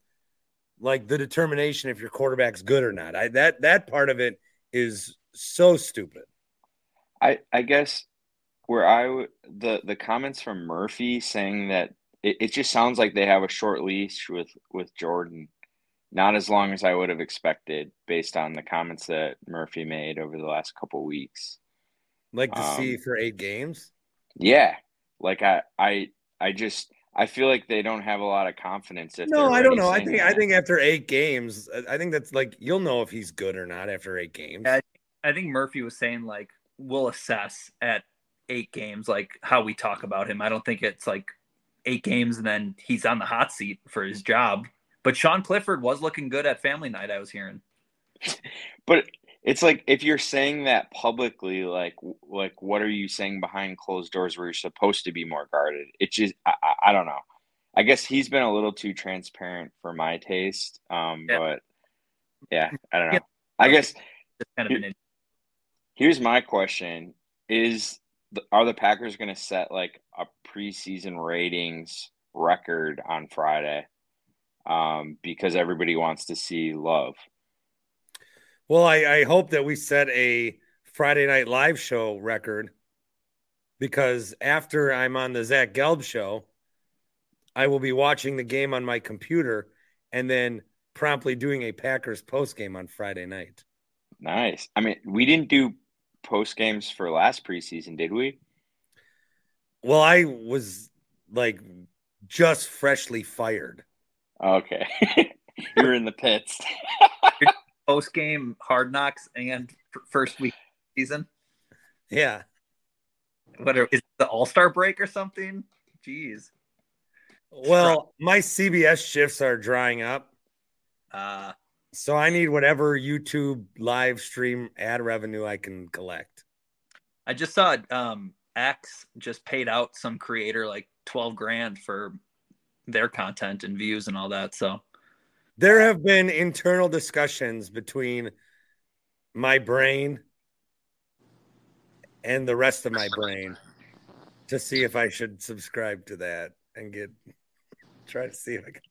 [SPEAKER 1] like the determination if your quarterback's good or not. I that that part of it is so stupid.
[SPEAKER 8] I I guess where I w- the the comments from Murphy saying that it, it just sounds like they have a short leash with with Jordan, not as long as I would have expected based on the comments that Murphy made over the last couple weeks.
[SPEAKER 1] Like to see
[SPEAKER 8] Um,
[SPEAKER 1] for eight games.
[SPEAKER 8] Yeah, like I I I just I feel like they don't have a lot of confidence if
[SPEAKER 1] No,
[SPEAKER 8] they're
[SPEAKER 1] I don't
[SPEAKER 8] already
[SPEAKER 1] know. I
[SPEAKER 8] saying
[SPEAKER 1] think I
[SPEAKER 8] that.
[SPEAKER 1] think after eight games, I- I think that's like you'll know if he's good or not after eight games.
[SPEAKER 4] Yeah, I think Murphy was saying like we'll assess at eight games like how we talk about him. I don't think it's like eight games and then he's on the hot seat for his job. But Sean Clifford was looking good at family night. I was hearing.
[SPEAKER 8] But it's like if you're saying that publicly, like like what are you saying behind closed doors where you're supposed to be more guarded? It just I, I, I don't know. I guess he's been a little too transparent for my taste. Um,
[SPEAKER 4] Yeah.
[SPEAKER 8] but yeah, I don't know.
[SPEAKER 4] Yeah.
[SPEAKER 8] I guess
[SPEAKER 4] It's kind of an
[SPEAKER 8] here's my question: Is the- are the Packers going to set like a preseason ratings record on Friday? Um, because everybody wants to see Love.
[SPEAKER 1] Well, I, I hope that we set a Friday night live show record because after I'm on the Zach Gelb show, I will be watching the game on my computer and then promptly doing a Packers post game on Friday night.
[SPEAKER 8] Nice. I mean, we didn't do post games for last preseason, did we?
[SPEAKER 1] Well, I was like just freshly fired.
[SPEAKER 8] Okay. you were in the pits.
[SPEAKER 4] Post game hard knocks and f- first week season.
[SPEAKER 1] Yeah.
[SPEAKER 4] What are, is it the All Star break or something? Jeez.
[SPEAKER 1] Well, my CBS shifts are drying up,
[SPEAKER 4] Uh,
[SPEAKER 1] so I need whatever YouTube live stream ad revenue I can collect.
[SPEAKER 4] I just saw um, X just paid out some creator like twelve grand for their content and views and all that. So
[SPEAKER 1] There have been internal discussions between my brain and the rest of my brain to see if I should subscribe to that and get try to see if I can.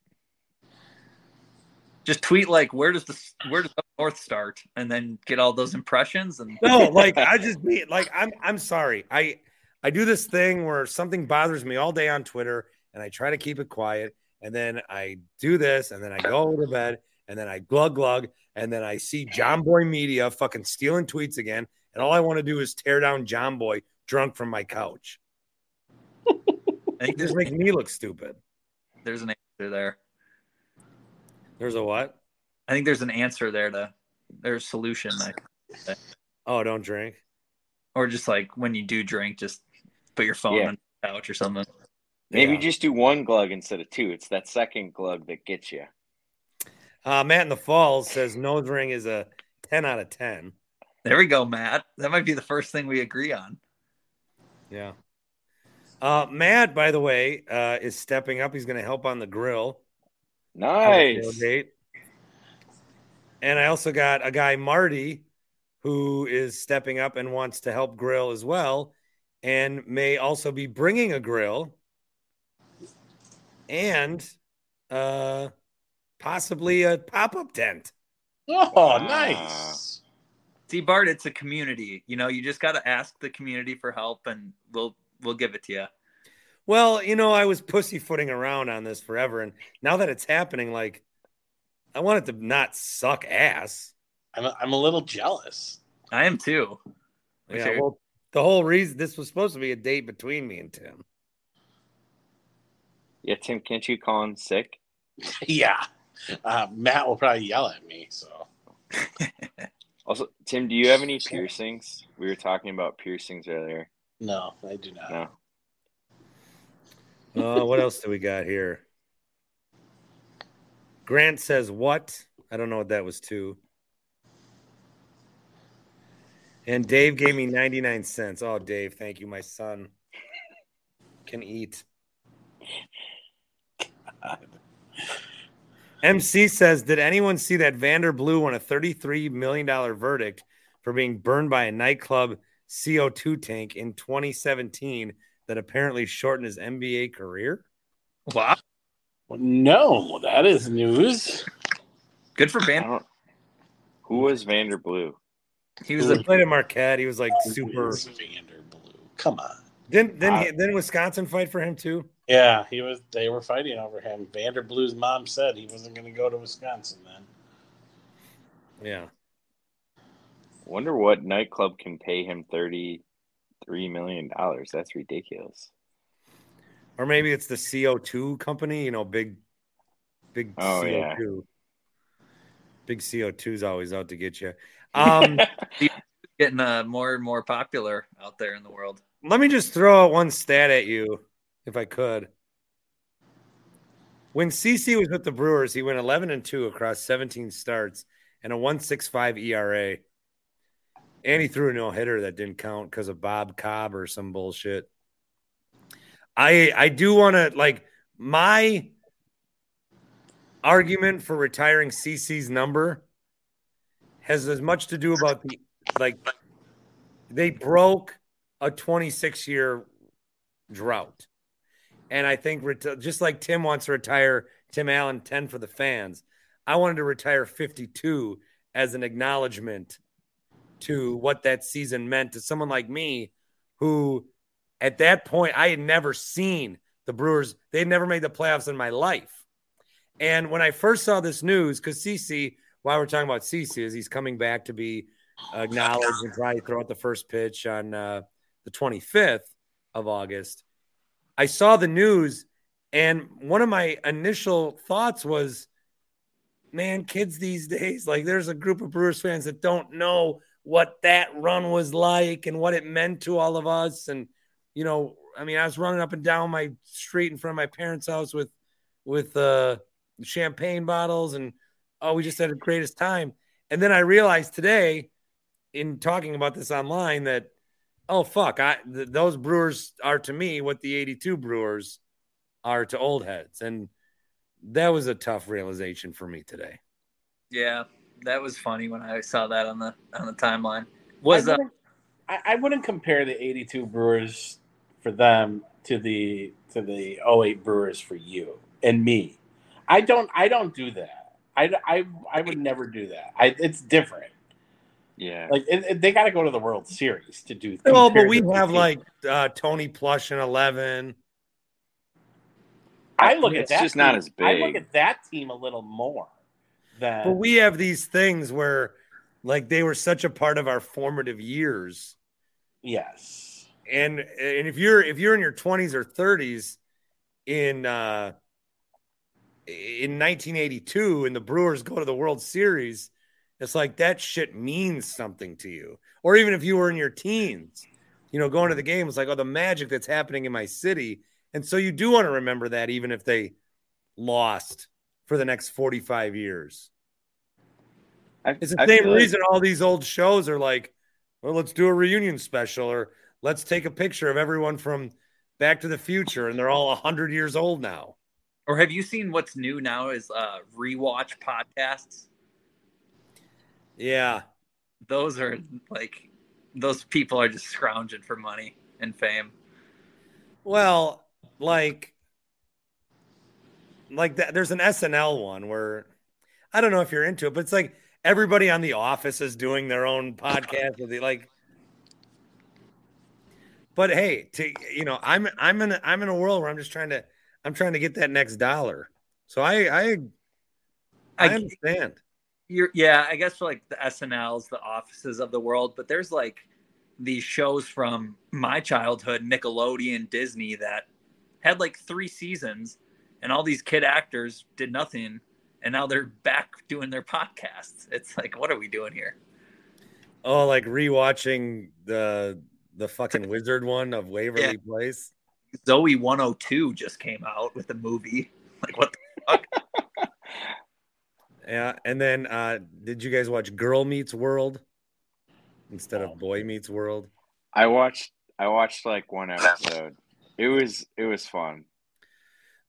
[SPEAKER 4] just tweet like, where does the where does up north start, and then get all those impressions. And
[SPEAKER 1] No, like I just be like I'm I'm sorry. I I do this thing where something bothers me all day on Twitter and I try to keep it quiet and then I do this and then I go to bed and then I glug glug and then I see John Boy Media fucking stealing tweets again and all I want to do is tear down John Boy drunk from my couch.
[SPEAKER 4] I think
[SPEAKER 1] It just
[SPEAKER 4] there's,
[SPEAKER 1] makes me look stupid.
[SPEAKER 4] there's an answer there.
[SPEAKER 1] There's a what?
[SPEAKER 4] I think there's an answer there to there's a solution, like,
[SPEAKER 1] Oh, don't drink.
[SPEAKER 4] or just like when you do drink, just put your phone
[SPEAKER 8] Yeah.
[SPEAKER 4] on the couch or something.
[SPEAKER 8] Maybe
[SPEAKER 1] Yeah.
[SPEAKER 8] just do one glug instead of two. It's that second glug that gets you.
[SPEAKER 1] Uh, Matt in the Falls says nose ring is a 10 out of 10.
[SPEAKER 4] There we go, Matt. That might be the first thing we agree on.
[SPEAKER 1] Yeah. Uh, Matt, by the way, uh, is stepping up. He's going to help on the grill. on the
[SPEAKER 8] Nice.
[SPEAKER 1] tailgate. And I also got a guy, Marty, who is stepping up and wants to help grill as well, and may also be bringing a grill and uh, possibly a pop up tent.
[SPEAKER 9] Uh,
[SPEAKER 2] Oh, nice.
[SPEAKER 4] Uh, See, Bart, it's a community. You know, you just got to ask the community for help, and we'll we'll give it to you.
[SPEAKER 1] Well, you know, I was pussyfooting around on this forever, and now that it's happening, like, I want it to not suck ass.
[SPEAKER 2] I'm a, I'm a little jealous.
[SPEAKER 4] I am too. Wish
[SPEAKER 1] Yeah,
[SPEAKER 4] I-
[SPEAKER 1] well, the whole reason this was supposed to be a date between me and Tim.
[SPEAKER 8] Yeah, Tim, can't you call in sick?
[SPEAKER 2] yeah. Uh, Matt will probably yell at me. So
[SPEAKER 8] Also, Tim, do you have any piercings? We were talking about piercings earlier.
[SPEAKER 2] no, I do not.
[SPEAKER 8] No.
[SPEAKER 1] Uh, what else do we got here? Grant says what? I don't know what that was to. And Dave gave me 99 cents. Oh, Dave, thank you. My son can eat. MC says, Did anyone see that Vander Blue won a $33 million verdict for being burned by a nightclub CO2 tank in 2017 that apparently shortened his NBA career?
[SPEAKER 4] Wow,
[SPEAKER 2] No, that is news.
[SPEAKER 4] good for
[SPEAKER 8] I
[SPEAKER 4] Van.
[SPEAKER 8] don't. Who was Vander Blue?
[SPEAKER 4] He
[SPEAKER 1] He
[SPEAKER 4] was
[SPEAKER 1] was
[SPEAKER 4] a
[SPEAKER 1] played at Marquette. He was like super.
[SPEAKER 2] Vander Blue. Come on.
[SPEAKER 1] Didn't then he, then Wisconsin fight for him too?
[SPEAKER 2] Yeah, he was. They were fighting over him. Vander Blue's mom said he wasn't going to go to Wisconsin. Then
[SPEAKER 1] Yeah.
[SPEAKER 8] Wonder what nightclub can pay him thirty-three million dollars. That's ridiculous.
[SPEAKER 1] Or maybe it's the CO2 company, you know, big big
[SPEAKER 8] Oh, yeah.
[SPEAKER 1] CO2. Big CO2's always out to get you. Um
[SPEAKER 4] getting uh, more and more popular out there in the world.
[SPEAKER 1] Let me just throw out one stat at you, if I could. When CC was with the Brewers, he went 11 and 2 across 17 starts and a 165 ERA. E And he threw a no hitter that didn't count because of Bob Cobb or some bullshit. I I do want to like my argument for retiring CC's number has as much to do about the like they broke a 26 year drought. And I think reti- just like Tim wants to retire Tim Allen 10 for the fans, I wanted to retire 52 as an acknowledgement to what that season meant to someone like me who at that point I had never seen the Brewers. They had never made the playoffs in my life. And when I first saw this news, because CC, why we're talking about CC is he's coming back to be acknowledged and probably throw out the first pitch on uh, the 25th of August. I saw the news, and one of my initial thoughts was, man, kids these days, like there's a group of Brewers fans that don't know what that run was like and what it meant to all of us. And, you know, I mean, I was running up and down my street in front of my parents' house with, with, uh, champagne bottles and oh, we just had the greatest time. And then I realized today, in talking about this online, that oh fuck, I th- those Brewers are to me what the '82 Brewers are to old heads, and that was a tough realization for me today.
[SPEAKER 4] Yeah, that was funny when I saw that on the on the timeline. Was
[SPEAKER 2] I
[SPEAKER 4] uh,
[SPEAKER 2] wouldn't, I, I wouldn't compare the '82 Brewers for them to the to the 08 Brewers for you and me. I don't I don't do that. I, I, I would never do that. I, it's different.
[SPEAKER 8] Yeah.
[SPEAKER 2] Like it, it- they got to go to the World Series to do.
[SPEAKER 1] Well, but
[SPEAKER 2] compare
[SPEAKER 1] we
[SPEAKER 2] the two
[SPEAKER 1] have
[SPEAKER 2] teams.
[SPEAKER 1] like uh, Tony Plush and eleven.
[SPEAKER 2] I look at
[SPEAKER 8] It's
[SPEAKER 2] that.
[SPEAKER 8] just not
[SPEAKER 2] team-
[SPEAKER 8] as
[SPEAKER 2] I look
[SPEAKER 8] big.
[SPEAKER 2] at that team a little more than.
[SPEAKER 1] But we have these things where, like, they were such a part of our formative years.
[SPEAKER 2] yes.
[SPEAKER 1] and and if you're if you're in your 20s or 30s in uh in 1982 and the brewers go to the world series it's like that shit means something to you or even if you were in your teens you know going to the game it's like oh the magic that's happening in my city and so you do want to remember that even if they lost for the next 45 years
[SPEAKER 8] I,
[SPEAKER 1] it's the
[SPEAKER 8] I
[SPEAKER 1] same
[SPEAKER 8] feel like-
[SPEAKER 1] reason all these old shows are like, well, let's do a reunion special or let's take a picture of everyone from Back to the Future and they're all 100 years old now.
[SPEAKER 4] or have you seen what's new now is uh rewatch podcasts?
[SPEAKER 1] Yeah.
[SPEAKER 4] Those are like those people are just scrounging for money and fame.
[SPEAKER 1] Well, like, like that. There's an SNL one where I don't know if you're into it, but it's like everybody on The Office is doing their own podcast with the like. But hey, to you know, I'm I'm in a, I'm in a world where I'm just trying to I'm trying to get that next dollar. So I I I,
[SPEAKER 4] I
[SPEAKER 1] understand.
[SPEAKER 4] You're, yeah, I guess for like the SNLs, the offices of the world, but there's like these shows from my childhood, Nickelodeon, Disney, that had like three seasons, and all these kid actors did nothing, and now they're back doing their podcasts. It's like, what are we doing here?
[SPEAKER 1] Oh, like rewatching the the fucking wizard one of Waverly
[SPEAKER 4] Yeah.
[SPEAKER 1] Place.
[SPEAKER 4] Zoe 102 just came out with a movie. Like, what?
[SPEAKER 1] Yeah, and then uh did you guys watch Girl Meets World instead of Boy Meets World?
[SPEAKER 8] I watched I watched like one episode. It was it was fun.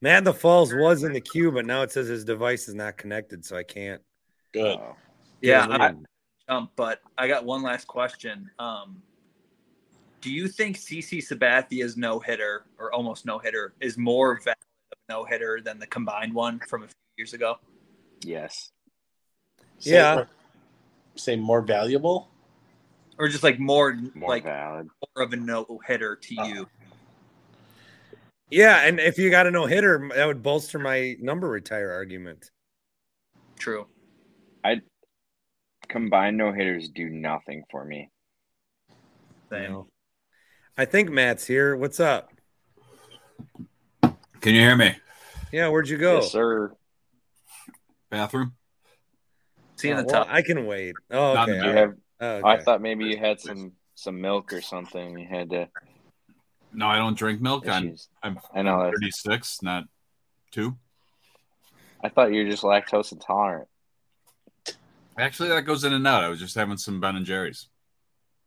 [SPEAKER 1] Man, the Falls was in the queue, but now it says his device is not connected, so I can't.
[SPEAKER 2] Good.
[SPEAKER 8] So,
[SPEAKER 4] The, yeah, I'm- Um, but I got one last question. Um, do you think CC Sabathia's no hitter or almost no hitter is more valid of no hitter than the combined one from a few years ago?
[SPEAKER 8] yes.
[SPEAKER 2] Say
[SPEAKER 1] Yeah.
[SPEAKER 2] more- Say more valuable.
[SPEAKER 4] Or just like more,
[SPEAKER 8] More
[SPEAKER 4] like
[SPEAKER 8] valid.
[SPEAKER 4] more of a no hitter to you?
[SPEAKER 1] Yeah, and if you got a no hitter, that would bolster my number retire argument.
[SPEAKER 4] True.
[SPEAKER 8] Combined no hitters do nothing for me.
[SPEAKER 4] Same.
[SPEAKER 1] I think Matt's here. What's up?
[SPEAKER 5] Can you hear me?
[SPEAKER 1] Yeah, where'd you go?
[SPEAKER 8] Yes, sir.
[SPEAKER 5] Bathroom.
[SPEAKER 4] See you
[SPEAKER 1] Oh,
[SPEAKER 4] in the
[SPEAKER 1] well,
[SPEAKER 4] top.
[SPEAKER 1] I can wait. Oh,
[SPEAKER 5] Not
[SPEAKER 1] okay.
[SPEAKER 8] Do you
[SPEAKER 1] all
[SPEAKER 8] have,
[SPEAKER 1] right.
[SPEAKER 8] I
[SPEAKER 1] Okay.
[SPEAKER 8] thought maybe you had some some milk or something. You had to.
[SPEAKER 5] No, I don't drink milk. I'm
[SPEAKER 8] Issues.
[SPEAKER 5] I'm
[SPEAKER 8] I know. that-
[SPEAKER 5] 36, not two.
[SPEAKER 8] I thought you were just lactose intolerant.
[SPEAKER 5] Actually, that goes in and out. I was just having some Ben and Jerry's.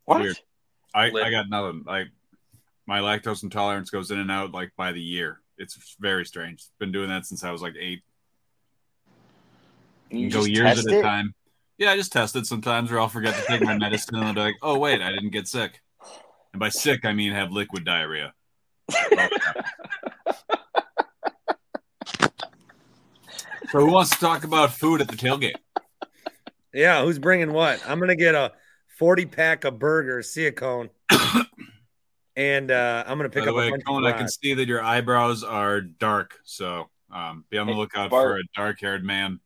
[SPEAKER 8] What?
[SPEAKER 5] Weird. I,
[SPEAKER 4] Lit.
[SPEAKER 5] I got nothing. Like my lactose intolerance goes in and out like by the year. It's very strange. Been doing that since I was like eight. can
[SPEAKER 8] You
[SPEAKER 5] go
[SPEAKER 8] just
[SPEAKER 5] years
[SPEAKER 8] test
[SPEAKER 5] at a
[SPEAKER 8] it?
[SPEAKER 5] time. Yeah, I just test it sometimes, or I'll forget to take my medicine, and I'll be like, "Oh wait, I didn't get sick." And by sick, I mean have liquid diarrhea. so, who wants to talk about food at the tailgate?
[SPEAKER 1] Yeah, who's bringing what? I'm gonna get a 40 pack of burgers, see a cone, and uh, I'm gonna pick
[SPEAKER 5] By the
[SPEAKER 1] up
[SPEAKER 5] way,
[SPEAKER 1] a bunch of
[SPEAKER 5] Colin, I can
[SPEAKER 1] rods.
[SPEAKER 5] see that your eyebrows are dark, so
[SPEAKER 10] Um, be on the
[SPEAKER 8] Hey,
[SPEAKER 10] lookout for
[SPEAKER 8] Bart.
[SPEAKER 10] a dark haired man.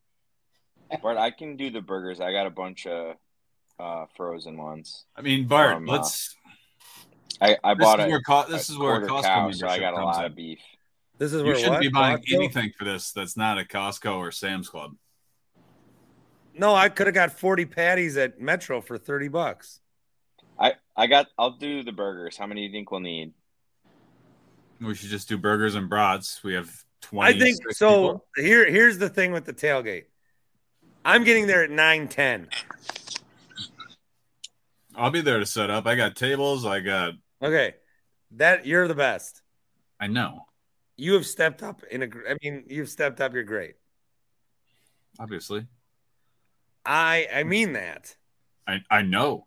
[SPEAKER 8] Bart, I can do the burgers. I got a bunch of uh, frozen ones.
[SPEAKER 10] I mean, Bart,
[SPEAKER 8] From, uh,
[SPEAKER 10] let's.
[SPEAKER 8] I, I
[SPEAKER 10] this
[SPEAKER 8] bought
[SPEAKER 10] is
[SPEAKER 8] a,
[SPEAKER 10] where co- this
[SPEAKER 8] a
[SPEAKER 10] is where
[SPEAKER 8] quarter cow,
[SPEAKER 10] Costco
[SPEAKER 8] so I
[SPEAKER 10] membership
[SPEAKER 8] got a
[SPEAKER 10] comes
[SPEAKER 8] lot
[SPEAKER 10] in.
[SPEAKER 8] of beef.
[SPEAKER 1] This is where
[SPEAKER 10] You shouldn't
[SPEAKER 1] what?
[SPEAKER 10] be buying
[SPEAKER 1] Costco?
[SPEAKER 10] anything for this that's not a Costco or Sam's Club.
[SPEAKER 1] No, I could have got 40 patties at Metro for 30 bucks.
[SPEAKER 8] I, I got. I'll do the burgers. How many do you think we'll need?
[SPEAKER 10] We should just do burgers and brats. We have
[SPEAKER 1] I
[SPEAKER 10] twenty.
[SPEAKER 1] think so. Here, here's the thing with the tailgate. I'm getting there at 9:10.
[SPEAKER 10] I'll be there to set up. I got tables. I got.
[SPEAKER 1] Okay. That you're the best.
[SPEAKER 10] I know.
[SPEAKER 1] You have stepped up in a gr- I mean, you've stepped up, you're great.
[SPEAKER 10] Obviously,
[SPEAKER 1] I I mean that.
[SPEAKER 10] I I know.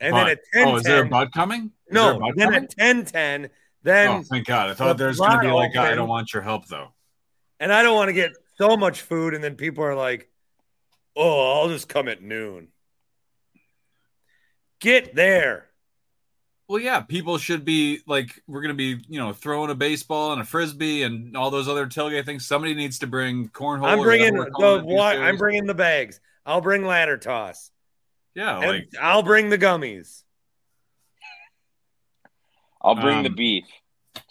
[SPEAKER 1] And
[SPEAKER 10] But-
[SPEAKER 1] then at 10
[SPEAKER 10] oh, is there a bud coming? Is there a
[SPEAKER 1] No,
[SPEAKER 10] bud
[SPEAKER 1] then
[SPEAKER 10] coming?
[SPEAKER 1] at 10:10, then
[SPEAKER 10] oh, thank God. I
[SPEAKER 1] the
[SPEAKER 10] thought there's going to be
[SPEAKER 1] brat
[SPEAKER 10] like, I
[SPEAKER 1] open-
[SPEAKER 10] don't want your help though.
[SPEAKER 1] and I don't want to get so much food and then people are like, "Oh, I'll just come at noon." Get there.
[SPEAKER 10] Well, yeah, people should be like, we're going to be, you know, throwing a baseball and a frisbee and all those other tailgate things. Somebody needs to bring cornhole.
[SPEAKER 1] I'm
[SPEAKER 10] or
[SPEAKER 1] bringing
[SPEAKER 10] whatever we're calling
[SPEAKER 1] the
[SPEAKER 10] it these
[SPEAKER 1] what? I'm
[SPEAKER 10] days.
[SPEAKER 1] bringing the bags. I'll bring ladder toss.
[SPEAKER 10] Yeah,
[SPEAKER 1] And
[SPEAKER 10] like
[SPEAKER 1] I'll bring the gummies.
[SPEAKER 8] I'll bring the
[SPEAKER 10] Um,
[SPEAKER 8] beef.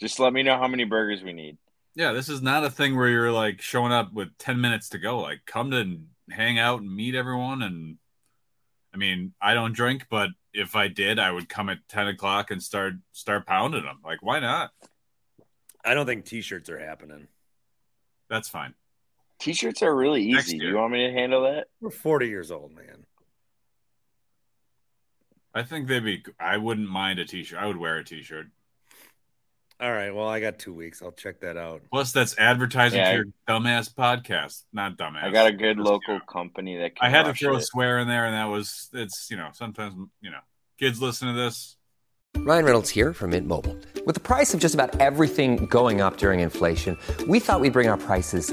[SPEAKER 8] Just let me know how many burgers we need.
[SPEAKER 10] yeah, this is not a thing where you're like showing up with ten minutes to go. Like, come to hang out and meet everyone. And I mean, I don't drink, but if I did, I would come at ten o'clock and start start pounding them. Like, why not?
[SPEAKER 1] I don't think t-shirts are happening.
[SPEAKER 10] That's fine.
[SPEAKER 8] T-shirts are really
[SPEAKER 10] Next
[SPEAKER 8] easy. Do
[SPEAKER 10] year.
[SPEAKER 8] you want me to handle that?
[SPEAKER 1] We're 40 years old, man.
[SPEAKER 10] I think they'd be. I wouldn't mind a t-shirt. I would wear a t-shirt.
[SPEAKER 1] All right. Well, I got two weeks. I'll check that out.
[SPEAKER 10] Plus, that's advertising
[SPEAKER 8] Yeah,
[SPEAKER 10] to
[SPEAKER 8] I-
[SPEAKER 10] your dumbass podcast. Not dumbass.
[SPEAKER 8] I got a good
[SPEAKER 10] Just,
[SPEAKER 8] local
[SPEAKER 10] you know,
[SPEAKER 8] company that can
[SPEAKER 10] I had to
[SPEAKER 8] rush
[SPEAKER 10] throw a
[SPEAKER 8] it.
[SPEAKER 10] swear in there, and that was it's you know sometimes you know kids listen to this.
[SPEAKER 11] Ryan Reynolds here from Mint Mobile. With the price of just about everything going up during inflation, we thought we'd bring our prices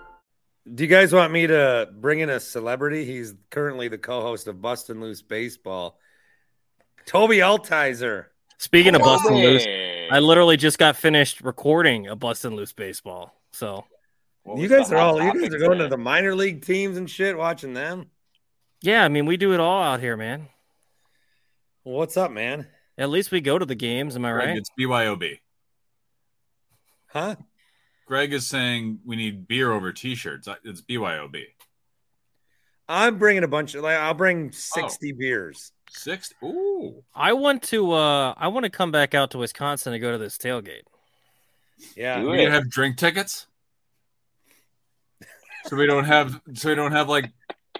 [SPEAKER 1] Do you guys want me to bring in a celebrity? He's currently the co-host of Bustin' Loose Baseball. Toby Altizer.
[SPEAKER 12] Speaking of busting loose,
[SPEAKER 8] Hey.
[SPEAKER 12] I literally just got finished recording a busting loose baseball. So
[SPEAKER 8] What
[SPEAKER 1] You
[SPEAKER 8] was
[SPEAKER 1] guys
[SPEAKER 8] the
[SPEAKER 1] are
[SPEAKER 8] hot
[SPEAKER 1] all you guys
[SPEAKER 8] topic
[SPEAKER 1] are going
[SPEAKER 8] today?
[SPEAKER 1] to the minor league teams and shit, watching them.
[SPEAKER 12] yeah, I mean we do it all out here, man.
[SPEAKER 1] What's up, man?
[SPEAKER 12] At least we go to the games. Am I
[SPEAKER 10] Greg,
[SPEAKER 12] right?
[SPEAKER 10] It's BYOB.
[SPEAKER 1] Huh?
[SPEAKER 10] Greg is saying we need beer over t-shirts. It's BYOB.
[SPEAKER 1] I'm bringing a bunch of like I'll bring 60 beers.
[SPEAKER 10] Six. Ooh,
[SPEAKER 12] I want to. uh I want to come back out to Wisconsin to go to this tailgate.
[SPEAKER 1] Yeah.
[SPEAKER 8] Do
[SPEAKER 10] we
[SPEAKER 8] it.
[SPEAKER 10] gonna have drink tickets. So we don't have. So we don't have like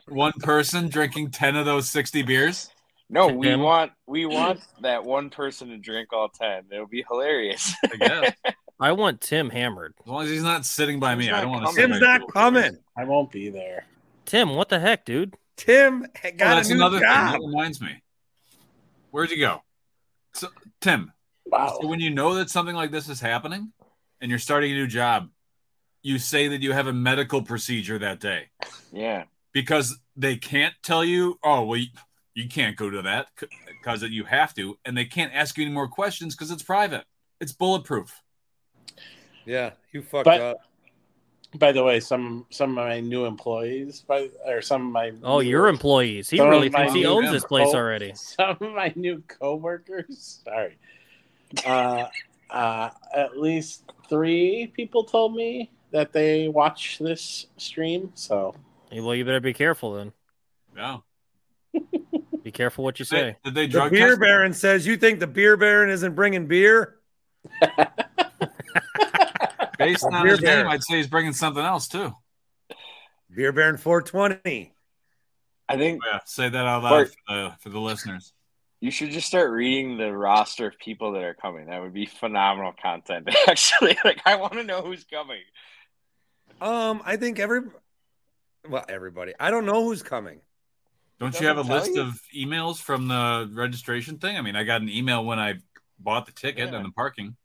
[SPEAKER 10] one person drinking ten of those sixty beers.
[SPEAKER 8] No,
[SPEAKER 12] to
[SPEAKER 8] we
[SPEAKER 12] him.
[SPEAKER 8] want we want that one person to drink all ten. It'll be hilarious.
[SPEAKER 10] I guess as
[SPEAKER 12] I want Tim hammered.
[SPEAKER 10] long as he's not sitting by me,
[SPEAKER 8] Tim's not
[SPEAKER 10] I don't
[SPEAKER 8] coming.
[SPEAKER 10] want to. sit
[SPEAKER 1] Tim's
[SPEAKER 10] by
[SPEAKER 1] not
[SPEAKER 10] people.
[SPEAKER 1] coming.
[SPEAKER 2] I won't be there.
[SPEAKER 12] Tim, what the heck, dude?
[SPEAKER 1] Tim
[SPEAKER 10] Oh,
[SPEAKER 1] got
[SPEAKER 10] that's
[SPEAKER 1] a new
[SPEAKER 10] another
[SPEAKER 1] job.
[SPEAKER 10] thing that reminds me. Where'd you go? So, Tim,
[SPEAKER 2] Wow.
[SPEAKER 10] so when you know that something like this is happening and you're starting a new job, you say that you have a medical procedure that day
[SPEAKER 8] Yeah.
[SPEAKER 10] because they can't tell you, oh, well, you, you can't go to that because you have to. And they can't ask you any more questions because it's private, it's bulletproof.
[SPEAKER 1] Yeah, you fucked
[SPEAKER 2] But-
[SPEAKER 1] up.
[SPEAKER 2] By the way, some some of my new employees, by or some of my
[SPEAKER 12] Oh,
[SPEAKER 2] new-
[SPEAKER 12] your employees. He
[SPEAKER 2] some
[SPEAKER 12] really
[SPEAKER 2] of my
[SPEAKER 12] thinks he
[SPEAKER 2] new
[SPEAKER 12] owns this place
[SPEAKER 2] co-
[SPEAKER 12] already.
[SPEAKER 2] Some of my new coworkers, sorry, uh, uh, at least three people told me that they watch this stream. So
[SPEAKER 12] Well, you better be careful then.
[SPEAKER 10] Yeah.
[SPEAKER 12] Be careful what you
[SPEAKER 10] Did they-
[SPEAKER 12] say.
[SPEAKER 10] did they
[SPEAKER 1] The beer baron says, "You think the beer baron isn't bringing beer?"
[SPEAKER 10] Based
[SPEAKER 1] A
[SPEAKER 10] on
[SPEAKER 1] beer
[SPEAKER 10] his name,
[SPEAKER 1] baron.
[SPEAKER 10] I'd say he's bringing something else too.
[SPEAKER 1] Beer Baron 420.
[SPEAKER 8] I think.
[SPEAKER 10] Yeah, say that out loud
[SPEAKER 8] Bart-
[SPEAKER 10] for the, for the listeners.
[SPEAKER 8] You should just start reading the roster of people that are coming. That would be phenomenal content, actually. Like, I want to know who's coming.
[SPEAKER 1] Um, I think every well, everybody. I don't know who's coming.
[SPEAKER 10] Don't
[SPEAKER 1] Doesn't
[SPEAKER 10] you have a
[SPEAKER 1] tell
[SPEAKER 10] list
[SPEAKER 1] you?
[SPEAKER 10] of emails from the registration thing? I mean, I got an email when I bought the ticket and the parking.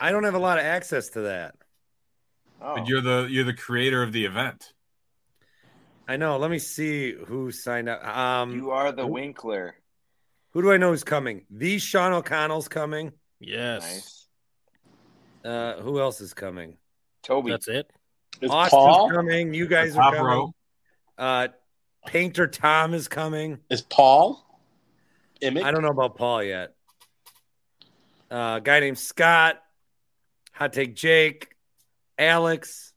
[SPEAKER 1] I don't have a lot of access to that.
[SPEAKER 8] Oh.
[SPEAKER 10] But you're the you're the creator of the event.
[SPEAKER 1] I know. Let me see who signed up. Um,
[SPEAKER 8] You are the
[SPEAKER 1] who-
[SPEAKER 8] Winkler.
[SPEAKER 1] Who do I know is coming? The Sean O'Connell's coming.
[SPEAKER 12] Yes.
[SPEAKER 8] Nice.
[SPEAKER 1] Uh, who else is coming?
[SPEAKER 8] Toby.
[SPEAKER 12] That's it.
[SPEAKER 8] Is
[SPEAKER 1] Austin's
[SPEAKER 8] Paul-
[SPEAKER 1] coming. You guys
[SPEAKER 8] The
[SPEAKER 1] are
[SPEAKER 8] top
[SPEAKER 1] coming.
[SPEAKER 8] row.
[SPEAKER 1] Uh, Painter Tom is coming.
[SPEAKER 2] Is Paul?
[SPEAKER 1] I don't know about Paul yet. Uh, a guy named Scott, Hot Take Jake, Alex.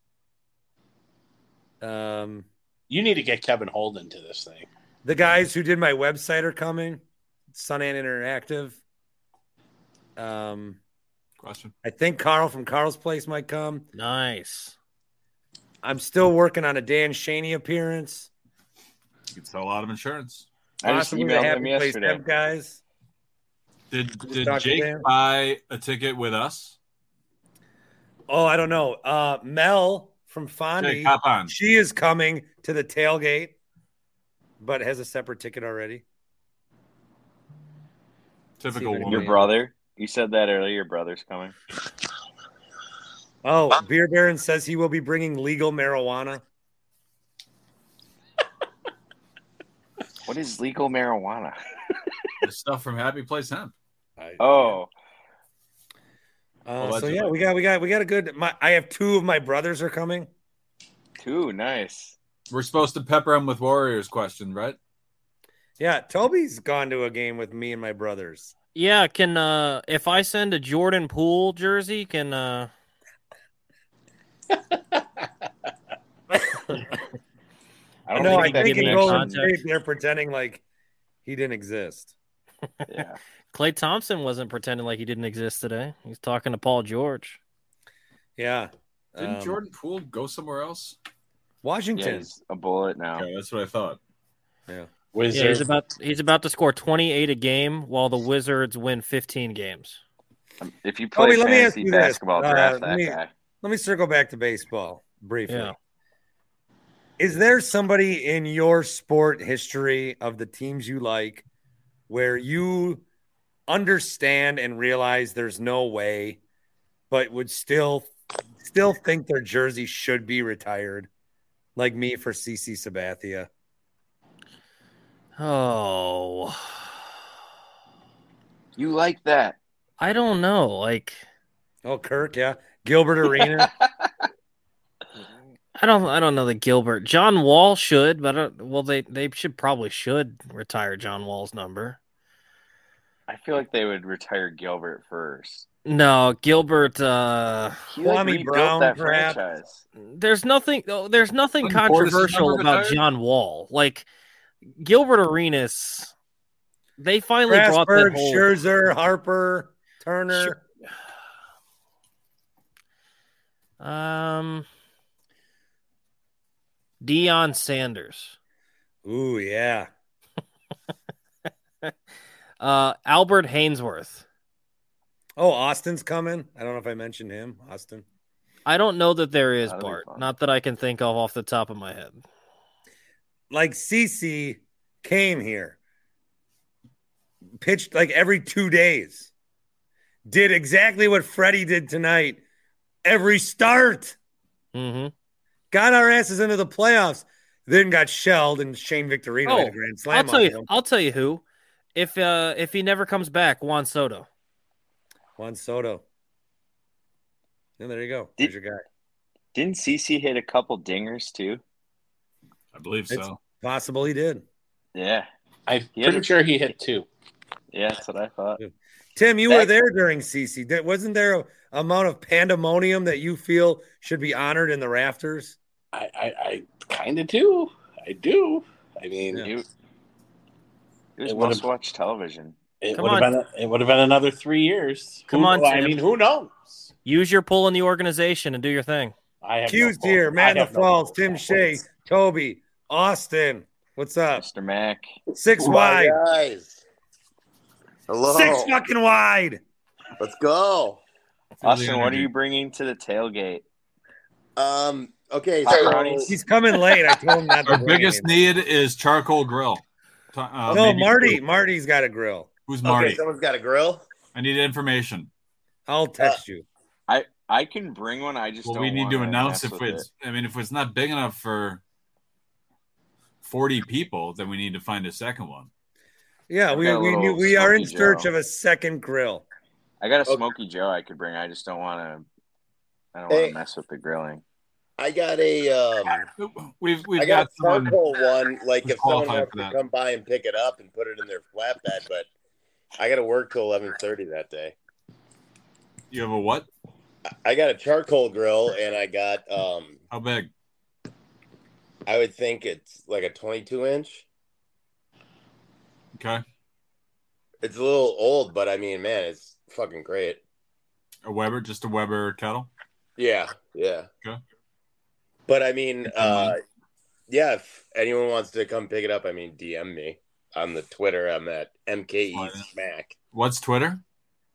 [SPEAKER 1] Um,
[SPEAKER 2] you need to get Kevin Holden to this thing.
[SPEAKER 1] The guys who did my website are coming. Sun Ant Interactive. Um,
[SPEAKER 10] Question.
[SPEAKER 1] I think Carl from Carl's Place might come.
[SPEAKER 12] Nice.
[SPEAKER 1] I'm still working on a Dan Shaney appearance.
[SPEAKER 10] You could sell a lot of insurance.
[SPEAKER 8] I just
[SPEAKER 1] Possibly the
[SPEAKER 8] emailed
[SPEAKER 1] Happy
[SPEAKER 8] him
[SPEAKER 1] Place
[SPEAKER 8] yesterday.
[SPEAKER 1] Dev guys.
[SPEAKER 10] Did
[SPEAKER 1] Just
[SPEAKER 10] did
[SPEAKER 1] talk to
[SPEAKER 10] Jake
[SPEAKER 1] Dan.
[SPEAKER 10] buy a ticket with us?
[SPEAKER 1] Oh, I don't know. Uh, Mel from Fondy.
[SPEAKER 10] Jake, hop on.
[SPEAKER 1] She is coming to the tailgate, but has a separate ticket already.
[SPEAKER 10] Typical woman.
[SPEAKER 8] Your brother. You said that earlier. Your brother's coming.
[SPEAKER 1] Oh, Beer Baron says he will be bringing legal marijuana.
[SPEAKER 8] What is legal marijuana?
[SPEAKER 10] The stuff from Happy Place Hemp.
[SPEAKER 8] Oh,
[SPEAKER 1] Uh, so
[SPEAKER 8] Allegedly.
[SPEAKER 1] yeah, we got we got we got a good. My, I have two of my brothers are coming.
[SPEAKER 8] two. Nice.
[SPEAKER 10] We're supposed to pepper him with Warriors question, right?
[SPEAKER 1] Yeah, Toby's gone to a game with me and my brothers.
[SPEAKER 12] Yeah, can uh if I send a Jordan Poole jersey, can uh
[SPEAKER 8] I
[SPEAKER 1] I
[SPEAKER 8] don't
[SPEAKER 1] know. I
[SPEAKER 8] think that
[SPEAKER 1] think in
[SPEAKER 8] connection-
[SPEAKER 1] Golden State they're pretending like he didn't exist.
[SPEAKER 8] Yeah.
[SPEAKER 12] Clay Thompson wasn't pretending like he didn't exist today. He's talking to Paul George.
[SPEAKER 1] Yeah.
[SPEAKER 10] Didn't
[SPEAKER 1] Um,
[SPEAKER 10] Jordan Poole go somewhere else?
[SPEAKER 8] Yeah,
[SPEAKER 1] Washington.
[SPEAKER 8] he's a bullet now.
[SPEAKER 10] Yeah, that's what I thought.
[SPEAKER 1] Yeah.
[SPEAKER 2] Wizards.
[SPEAKER 12] Yeah, he's about he's about to score 28 a game while the Wizards win 15 games.
[SPEAKER 8] If you play
[SPEAKER 1] Toby, let me ask
[SPEAKER 8] fantasy
[SPEAKER 1] you this.
[SPEAKER 8] basketball,
[SPEAKER 1] Uh,
[SPEAKER 8] draft
[SPEAKER 1] let
[SPEAKER 8] that
[SPEAKER 1] me-
[SPEAKER 8] guy.
[SPEAKER 1] Let me circle back to baseball briefly.
[SPEAKER 12] Yeah.
[SPEAKER 1] Is there somebody in your sport history of the teams you like where you understand and realize there's no way, but would still still think their jersey should be retired? Like me for CC Sabathia.
[SPEAKER 12] Oh.
[SPEAKER 8] You like that?
[SPEAKER 12] I don't know. Like
[SPEAKER 1] Oh, Kirk, yeah. Gilbert Arena.
[SPEAKER 12] I don't I don't know that Gilbert. John Wall should, but I don't, well they they should probably should retire John Wall's number.
[SPEAKER 8] I feel like they would retire Gilbert first.
[SPEAKER 12] No, Gilbert uh
[SPEAKER 8] He like,
[SPEAKER 1] Kwame
[SPEAKER 8] rebuilt
[SPEAKER 1] Brown,
[SPEAKER 8] that
[SPEAKER 1] perhaps.
[SPEAKER 8] franchise.
[SPEAKER 12] there's nothing oh, there's nothing
[SPEAKER 10] Wasn't Portis'
[SPEAKER 12] controversial
[SPEAKER 10] number
[SPEAKER 12] about
[SPEAKER 10] retired?
[SPEAKER 12] John Wall. Like Gilbert Arenas they finally brought that
[SPEAKER 1] Strasburg,
[SPEAKER 12] whole
[SPEAKER 1] Scherzer, Harper, Turner.
[SPEAKER 12] Sure. Um, Dion Sanders,
[SPEAKER 1] Ooh, yeah.
[SPEAKER 12] uh, Albert Hainsworth.
[SPEAKER 1] Oh, Austin's coming. I don't know if I mentioned him, Austin.
[SPEAKER 12] I don't know that there is
[SPEAKER 8] That'll be
[SPEAKER 12] Bart.
[SPEAKER 8] fun.
[SPEAKER 12] Not that I can think of off the top of my head.
[SPEAKER 1] Like CC came here, pitched like every two days, did exactly what Freddie did tonight. Every start
[SPEAKER 12] Mm-hmm.
[SPEAKER 1] got our asses into the playoffs, then got shelled, and Shane Victorino had a
[SPEAKER 12] Oh,
[SPEAKER 1] grand
[SPEAKER 12] I'll
[SPEAKER 1] slam
[SPEAKER 12] tell
[SPEAKER 1] on
[SPEAKER 12] you.
[SPEAKER 1] him.
[SPEAKER 12] I'll tell you who. If uh, if he never comes back, Juan Soto.
[SPEAKER 1] Juan Soto. And there you go.
[SPEAKER 8] Did-
[SPEAKER 1] There's your guy.
[SPEAKER 8] Didn't CC hit a couple dingers too?
[SPEAKER 10] I believe
[SPEAKER 1] It's-
[SPEAKER 10] so.
[SPEAKER 1] Possible he did.
[SPEAKER 8] Yeah,
[SPEAKER 2] I'm
[SPEAKER 8] He
[SPEAKER 2] pretty
[SPEAKER 8] had a-
[SPEAKER 2] sure he hit two.
[SPEAKER 8] yeah, that's what I thought.
[SPEAKER 1] Tim, you
[SPEAKER 8] That-
[SPEAKER 1] were there during CC. That- Wasn't there a amount of pandemonium that you feel should be honored in the rafters?
[SPEAKER 2] I, I, I kind of do. I do.
[SPEAKER 1] I mean,
[SPEAKER 8] it, it was
[SPEAKER 2] It would've-
[SPEAKER 8] must watch television.
[SPEAKER 2] It
[SPEAKER 12] Come
[SPEAKER 2] would have
[SPEAKER 12] on.
[SPEAKER 2] been it would have been another three years.
[SPEAKER 12] Come
[SPEAKER 2] Who-
[SPEAKER 12] on,
[SPEAKER 2] I
[SPEAKER 12] Tim.
[SPEAKER 2] mean, who knows?
[SPEAKER 12] Use your pull in the organization and do your thing.
[SPEAKER 2] I have
[SPEAKER 1] Q's here, Matt in the Falls, Tim Shea, Toby, Austin. What's up,
[SPEAKER 8] Mr. Mac?
[SPEAKER 1] Six
[SPEAKER 13] Hi,
[SPEAKER 1] wide,
[SPEAKER 13] guys. Hello.
[SPEAKER 1] six fucking wide.
[SPEAKER 13] Let's go.
[SPEAKER 8] Austin, what are you bringing to the tailgate?
[SPEAKER 13] Um. Okay. So,
[SPEAKER 8] Pepperonis?
[SPEAKER 1] He's coming late. I told him not to.
[SPEAKER 10] Our
[SPEAKER 1] bring
[SPEAKER 10] biggest
[SPEAKER 1] him.
[SPEAKER 10] need is charcoal grill. T- uh,
[SPEAKER 1] no,
[SPEAKER 10] maybe
[SPEAKER 1] Marty.
[SPEAKER 10] two.
[SPEAKER 1] Marty's got a grill.
[SPEAKER 10] Who's
[SPEAKER 13] okay.
[SPEAKER 10] Marty?
[SPEAKER 13] Someone's got a grill.
[SPEAKER 10] I need information.
[SPEAKER 1] I'll text you.
[SPEAKER 8] I I can bring one. I just
[SPEAKER 10] Well,
[SPEAKER 8] don't
[SPEAKER 10] we need to
[SPEAKER 8] wanna
[SPEAKER 10] announce
[SPEAKER 8] mess
[SPEAKER 10] if
[SPEAKER 8] with
[SPEAKER 10] it's. I mean, if it's not big enough for forty people, then we need to find a second one.
[SPEAKER 1] Yeah,
[SPEAKER 8] I've
[SPEAKER 1] we
[SPEAKER 8] got a
[SPEAKER 1] we,
[SPEAKER 8] little
[SPEAKER 1] knew, we are in
[SPEAKER 8] Smoky
[SPEAKER 1] search
[SPEAKER 8] Joe.
[SPEAKER 1] of a second grill.
[SPEAKER 8] it. I got a Smoky Joe I could bring. I just don't want to. I don't want
[SPEAKER 13] Hey.
[SPEAKER 8] to mess with the grilling.
[SPEAKER 13] I got a. Um,
[SPEAKER 10] we've we've
[SPEAKER 13] I got, a
[SPEAKER 10] someone-
[SPEAKER 13] charcoal one. Like
[SPEAKER 10] who's
[SPEAKER 13] if someone
[SPEAKER 10] qualified
[SPEAKER 13] wants
[SPEAKER 10] for
[SPEAKER 13] to
[SPEAKER 10] that.
[SPEAKER 13] come by and pick it up and put it in their flatbed, but I got to work till eleven thirty that day.
[SPEAKER 10] You have a what?
[SPEAKER 13] I got a charcoal grill and I got um.
[SPEAKER 10] How big?
[SPEAKER 13] I would think it's like a twenty-two inch.
[SPEAKER 10] Okay,
[SPEAKER 13] It's a little old, but I mean, man, it's fucking great.
[SPEAKER 10] a Weber, just a Weber kettle.
[SPEAKER 13] Yeah, yeah.
[SPEAKER 10] Okay.
[SPEAKER 13] But I mean, uh, yeah. If anyone wants to come pick it up, I mean, DM me on the Twitter. I'm at MKE Smack.
[SPEAKER 10] What's Twitter?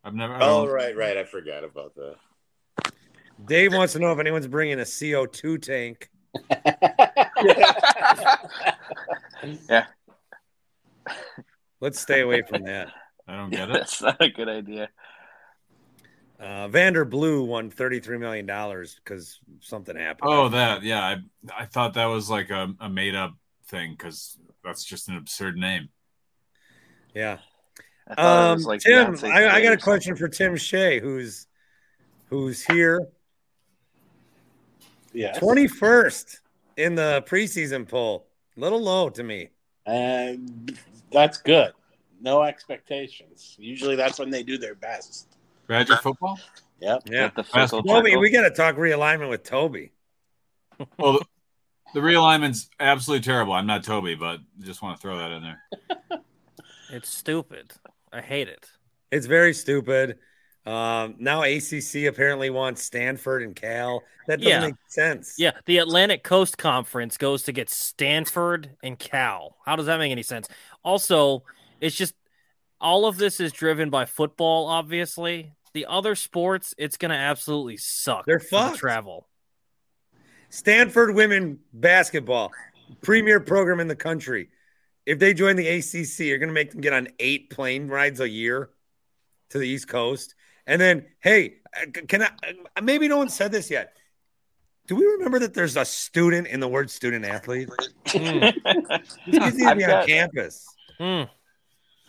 [SPEAKER 10] I've never. I
[SPEAKER 13] Oh,
[SPEAKER 10] don't-
[SPEAKER 13] right, right. I forgot about that.
[SPEAKER 1] Dave wants to know if anyone's bringing a CO2 tank.
[SPEAKER 8] yeah.
[SPEAKER 1] Let's stay away from that.
[SPEAKER 10] I don't
[SPEAKER 8] Yeah, that's not a good idea.
[SPEAKER 1] Uh, Vander Blue won $33 million because something happened.
[SPEAKER 10] Oh, that yeah. I I thought that was like a, a made up thing because that's just an absurd name.
[SPEAKER 1] Yeah.
[SPEAKER 8] I thought it
[SPEAKER 1] Um,
[SPEAKER 8] was like
[SPEAKER 1] Tim,
[SPEAKER 8] Beyonce
[SPEAKER 1] I, I
[SPEAKER 8] today
[SPEAKER 1] got
[SPEAKER 8] or
[SPEAKER 1] a question for Tim Shea, who's who's here
[SPEAKER 2] Yeah.
[SPEAKER 1] 21st in the preseason poll. Little low to me.
[SPEAKER 2] And that's good. No expectations. Usually that's when they do their best.
[SPEAKER 10] Badger football.
[SPEAKER 2] Yep.
[SPEAKER 1] Yeah.
[SPEAKER 8] Got the fickle
[SPEAKER 1] Toby,
[SPEAKER 8] chuckle.
[SPEAKER 1] we got to talk realignment with Toby.
[SPEAKER 10] Well, the, the realignment's absolutely terrible. I'm not Toby, but just want to throw that in there.
[SPEAKER 12] It's stupid. I hate it.
[SPEAKER 1] It's very stupid. Um, now ACC apparently wants Stanford and Cal. That doesn't
[SPEAKER 12] Yeah.
[SPEAKER 1] make sense.
[SPEAKER 12] Yeah, the Atlantic Coast Conference goes to get Stanford and Cal. How does that make any sense? Also, it's just all of this is driven by football, obviously. The other sports, it's going to absolutely suck.
[SPEAKER 1] They're
[SPEAKER 12] for the
[SPEAKER 1] fucked.
[SPEAKER 12] travel.
[SPEAKER 1] Stanford women basketball, premier program in the country. If they join the ACC, you're going to make them get on eight plane rides a year to the East Coast. And then, hey, can I? uh, Maybe no one said this yet. Do we remember that there's a student in the word student athlete?
[SPEAKER 8] Hmm.
[SPEAKER 12] Mm,
[SPEAKER 1] These kids need to
[SPEAKER 8] I've
[SPEAKER 1] be on
[SPEAKER 8] got-
[SPEAKER 1] campus.
[SPEAKER 12] mm.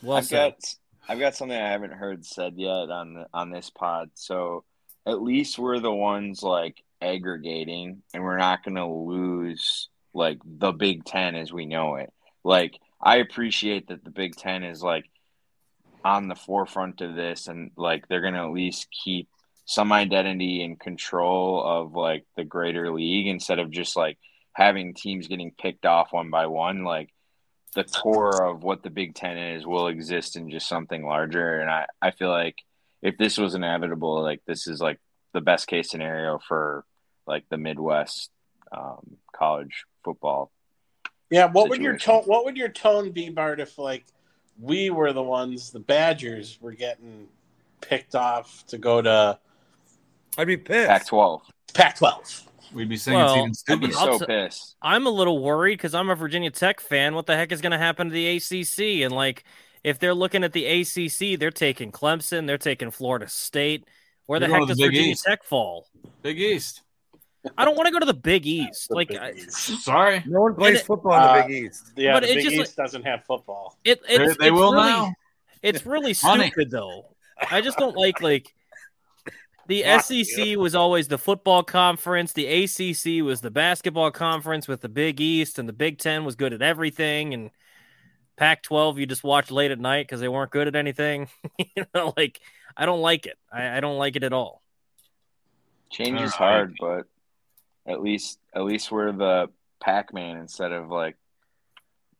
[SPEAKER 12] Well
[SPEAKER 8] I've
[SPEAKER 12] said.
[SPEAKER 8] got I've got something I haven't heard said yet on the, on this pod. So at least we're the ones like aggregating, and we're not going to lose like the Big Ten as we know it. Like I appreciate that the Big Ten is like on the forefront of this, and like they're going to at least keep some identity and control of like the greater league instead of just like having teams getting picked off one by one. Like the core of what the Big Ten is will exist in just something larger. And I, I feel like if this was inevitable, like this is like the best case scenario for like the Midwest um, college football.
[SPEAKER 2] Yeah, what would your
[SPEAKER 8] situation.
[SPEAKER 2] tone what would your tone be, Bart, if like we were the ones, the Badgers were getting picked off to go to
[SPEAKER 1] I'd be pissed.
[SPEAKER 8] Pac 12.
[SPEAKER 2] Pac twelve.
[SPEAKER 10] We'd be saying
[SPEAKER 12] Well,
[SPEAKER 10] it's
[SPEAKER 8] I'd
[SPEAKER 10] even
[SPEAKER 8] be
[SPEAKER 10] stupid.
[SPEAKER 8] so
[SPEAKER 12] I'll t-
[SPEAKER 8] pissed.
[SPEAKER 12] I'm a little worried because I'm a Virginia Tech fan. What the heck is going to happen to the ACC? And like, if they're looking at the ACC, they're taking Clemson, they're taking Florida State. Where the
[SPEAKER 10] You're going
[SPEAKER 12] heck
[SPEAKER 10] to
[SPEAKER 12] does
[SPEAKER 10] the Big
[SPEAKER 12] Virginia
[SPEAKER 10] East.
[SPEAKER 12] Tech fall?
[SPEAKER 10] Big East.
[SPEAKER 12] I don't want to go to the Big East. Like, I,
[SPEAKER 10] Sorry,
[SPEAKER 1] No one plays
[SPEAKER 12] it-
[SPEAKER 1] football in the
[SPEAKER 2] Uh,
[SPEAKER 1] Big East.
[SPEAKER 2] Yeah,
[SPEAKER 12] But
[SPEAKER 2] the
[SPEAKER 12] it
[SPEAKER 2] Big
[SPEAKER 12] just, like-
[SPEAKER 2] East doesn't have football.
[SPEAKER 12] it,
[SPEAKER 10] They-
[SPEAKER 12] it's,
[SPEAKER 10] they
[SPEAKER 12] it's
[SPEAKER 10] will
[SPEAKER 12] really,
[SPEAKER 10] now.
[SPEAKER 12] It's really
[SPEAKER 10] Money.
[SPEAKER 12] stupid though. I just don't like like the
[SPEAKER 1] Fuck
[SPEAKER 12] SEC was always the football conference. The ACC was the basketball conference with the Big East, and the Big Ten was good at everything. And Pac-12, you just watched late at night because they weren't good at anything. you know, like I don't like it. I, I don't like it at all.
[SPEAKER 8] Change is
[SPEAKER 10] Alright.
[SPEAKER 8] hard, but at least at least we're the Pac Man instead of like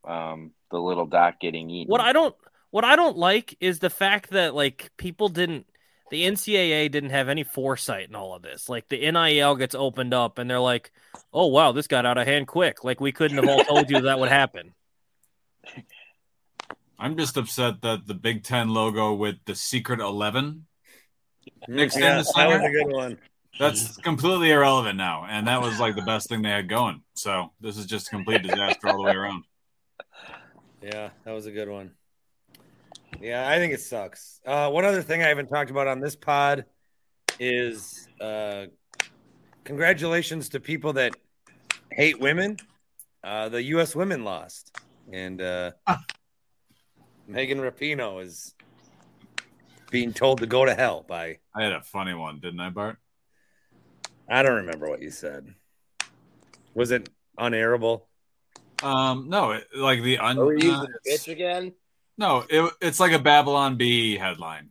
[SPEAKER 8] um, the little dot getting eaten.
[SPEAKER 12] What I don't what I don't like is the fact that like people didn't the NCAA didn't have any foresight in all of this. Like the NIL gets opened up and they're like, "Oh wow, this got out of hand quick. Like we couldn't have all told you that would happen."
[SPEAKER 10] I'm just upset that the Big Ten logo with the secret eleven mixed
[SPEAKER 1] Yeah,
[SPEAKER 10] in the
[SPEAKER 1] that
[SPEAKER 10] center.
[SPEAKER 1] was a good one.
[SPEAKER 10] That's completely irrelevant now, and that was like the best thing they had going. So this is just a complete disaster all the way around.
[SPEAKER 1] Yeah, that was a good one. Yeah, I think it sucks. Uh, one other thing I haven't talked about on this pod is uh, congratulations to people that hate women. Uh, the U.S. women lost, and uh, Megan Rapino is being told to go to hell by.
[SPEAKER 10] I had a funny one, didn't I, Bart?
[SPEAKER 1] I don't remember what you said. Was it unairable? Oh,
[SPEAKER 10] Um, no, it, like the un-
[SPEAKER 1] Are we using
[SPEAKER 10] uh,
[SPEAKER 13] Bitch again.
[SPEAKER 10] no, it, it's like a Babylon B headline.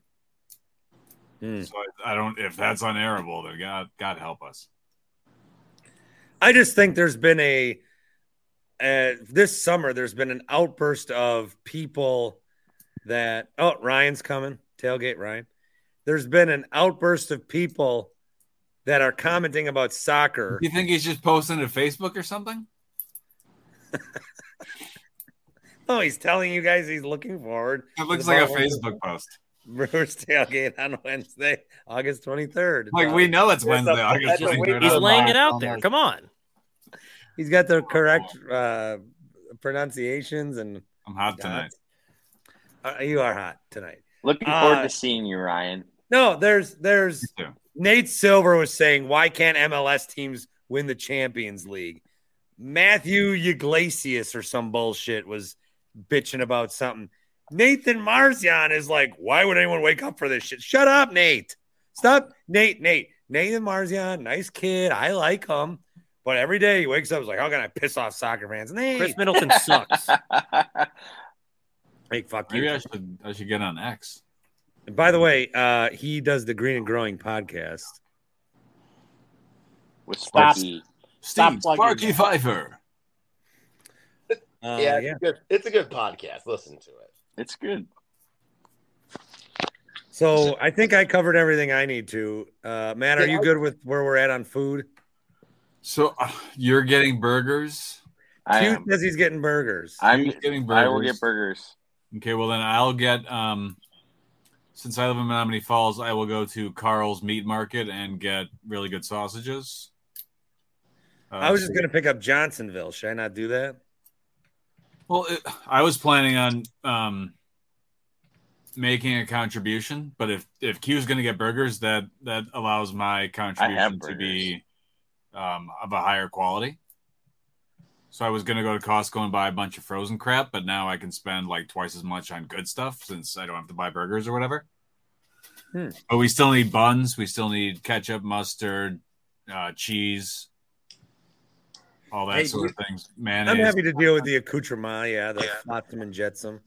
[SPEAKER 1] Hmm.
[SPEAKER 10] So I, I don't. If that's unairable, then God, God help us.
[SPEAKER 1] I just think there's been a uh, this summer there's been an outburst of people that oh Ryan's coming tailgate Ryan. There's been an outburst of people that are commenting about soccer.
[SPEAKER 10] You think he's just posting to Facebook or something?
[SPEAKER 1] Oh, he's telling you guys he's looking forward.
[SPEAKER 10] It looks
[SPEAKER 1] to
[SPEAKER 10] like a
[SPEAKER 1] the
[SPEAKER 10] Facebook post.
[SPEAKER 1] Brewers tailgate on Wednesday, August 23rd.
[SPEAKER 10] Like, we know it's Wednesday, August
[SPEAKER 1] That's what
[SPEAKER 10] 23rd.
[SPEAKER 1] we-
[SPEAKER 10] He's laying it
[SPEAKER 12] out there. Come on.
[SPEAKER 1] He's got the correct uh, pronunciations and
[SPEAKER 10] I'm hot
[SPEAKER 8] tonight.
[SPEAKER 1] Uh, you are hot tonight.
[SPEAKER 8] Looking
[SPEAKER 1] Uh,
[SPEAKER 8] forward to seeing you, Ryan.
[SPEAKER 1] No, there's there's Nate Silver was saying, why can't MLS teams win the Champions League? Matthew Iglesias or some bullshit was bitching about something. Nathan Marzian is like, why would anyone wake up for this shit? Shut up, Nate. Stop, Nate. Nate. Nathan Marzian, nice kid. I like him. But every day he wakes up, he's like, how can I piss off soccer fans? Nate.
[SPEAKER 12] Chris Middleton sucks.
[SPEAKER 1] Hey, fuck
[SPEAKER 10] Maybe
[SPEAKER 1] you.
[SPEAKER 10] I should I should get on X.
[SPEAKER 1] And by the way, uh, he does the Green and Growing podcast.
[SPEAKER 8] With
[SPEAKER 1] Stop.
[SPEAKER 8] Sparky.
[SPEAKER 10] Steve
[SPEAKER 1] plugging
[SPEAKER 10] Sparky
[SPEAKER 1] that.
[SPEAKER 10] Pfeiffer.
[SPEAKER 1] Uh,
[SPEAKER 13] yeah, It's, good. it's a good podcast. Listen to it.
[SPEAKER 8] It's good.
[SPEAKER 1] So I think I covered everything I need to. Uh, Matt, are you good with where we're at on food?
[SPEAKER 10] So uh, you're getting burgers.
[SPEAKER 8] I
[SPEAKER 1] Q
[SPEAKER 8] am.
[SPEAKER 1] says he's getting burgers.
[SPEAKER 8] I'm
[SPEAKER 10] He's getting burgers.
[SPEAKER 8] I will get burgers.
[SPEAKER 10] Okay, well then I'll get um since I live in Menominee Falls, I will go to Carl's Meat Market and get really good sausages. Uh,
[SPEAKER 1] I was just going to pick up Johnsonville. Should I not do that?
[SPEAKER 10] Well, it, I was planning on um making a contribution, but if if Q's going to get burgers, that that allows my contribution to be um of a higher quality. So I was going to go to Costco and buy a bunch of frozen crap, but now I can spend like twice as much on good stuff since I don't have to buy burgers or whatever.
[SPEAKER 1] Hmm.
[SPEAKER 10] But we still need buns. We still need ketchup, mustard, uh, cheese, all that
[SPEAKER 1] Hey,
[SPEAKER 10] sort of
[SPEAKER 1] you-
[SPEAKER 10] things.
[SPEAKER 1] I'm
[SPEAKER 10] Mayonnaise.
[SPEAKER 1] happy to deal with the accoutrement. Yeah, the flotsam and jetsam.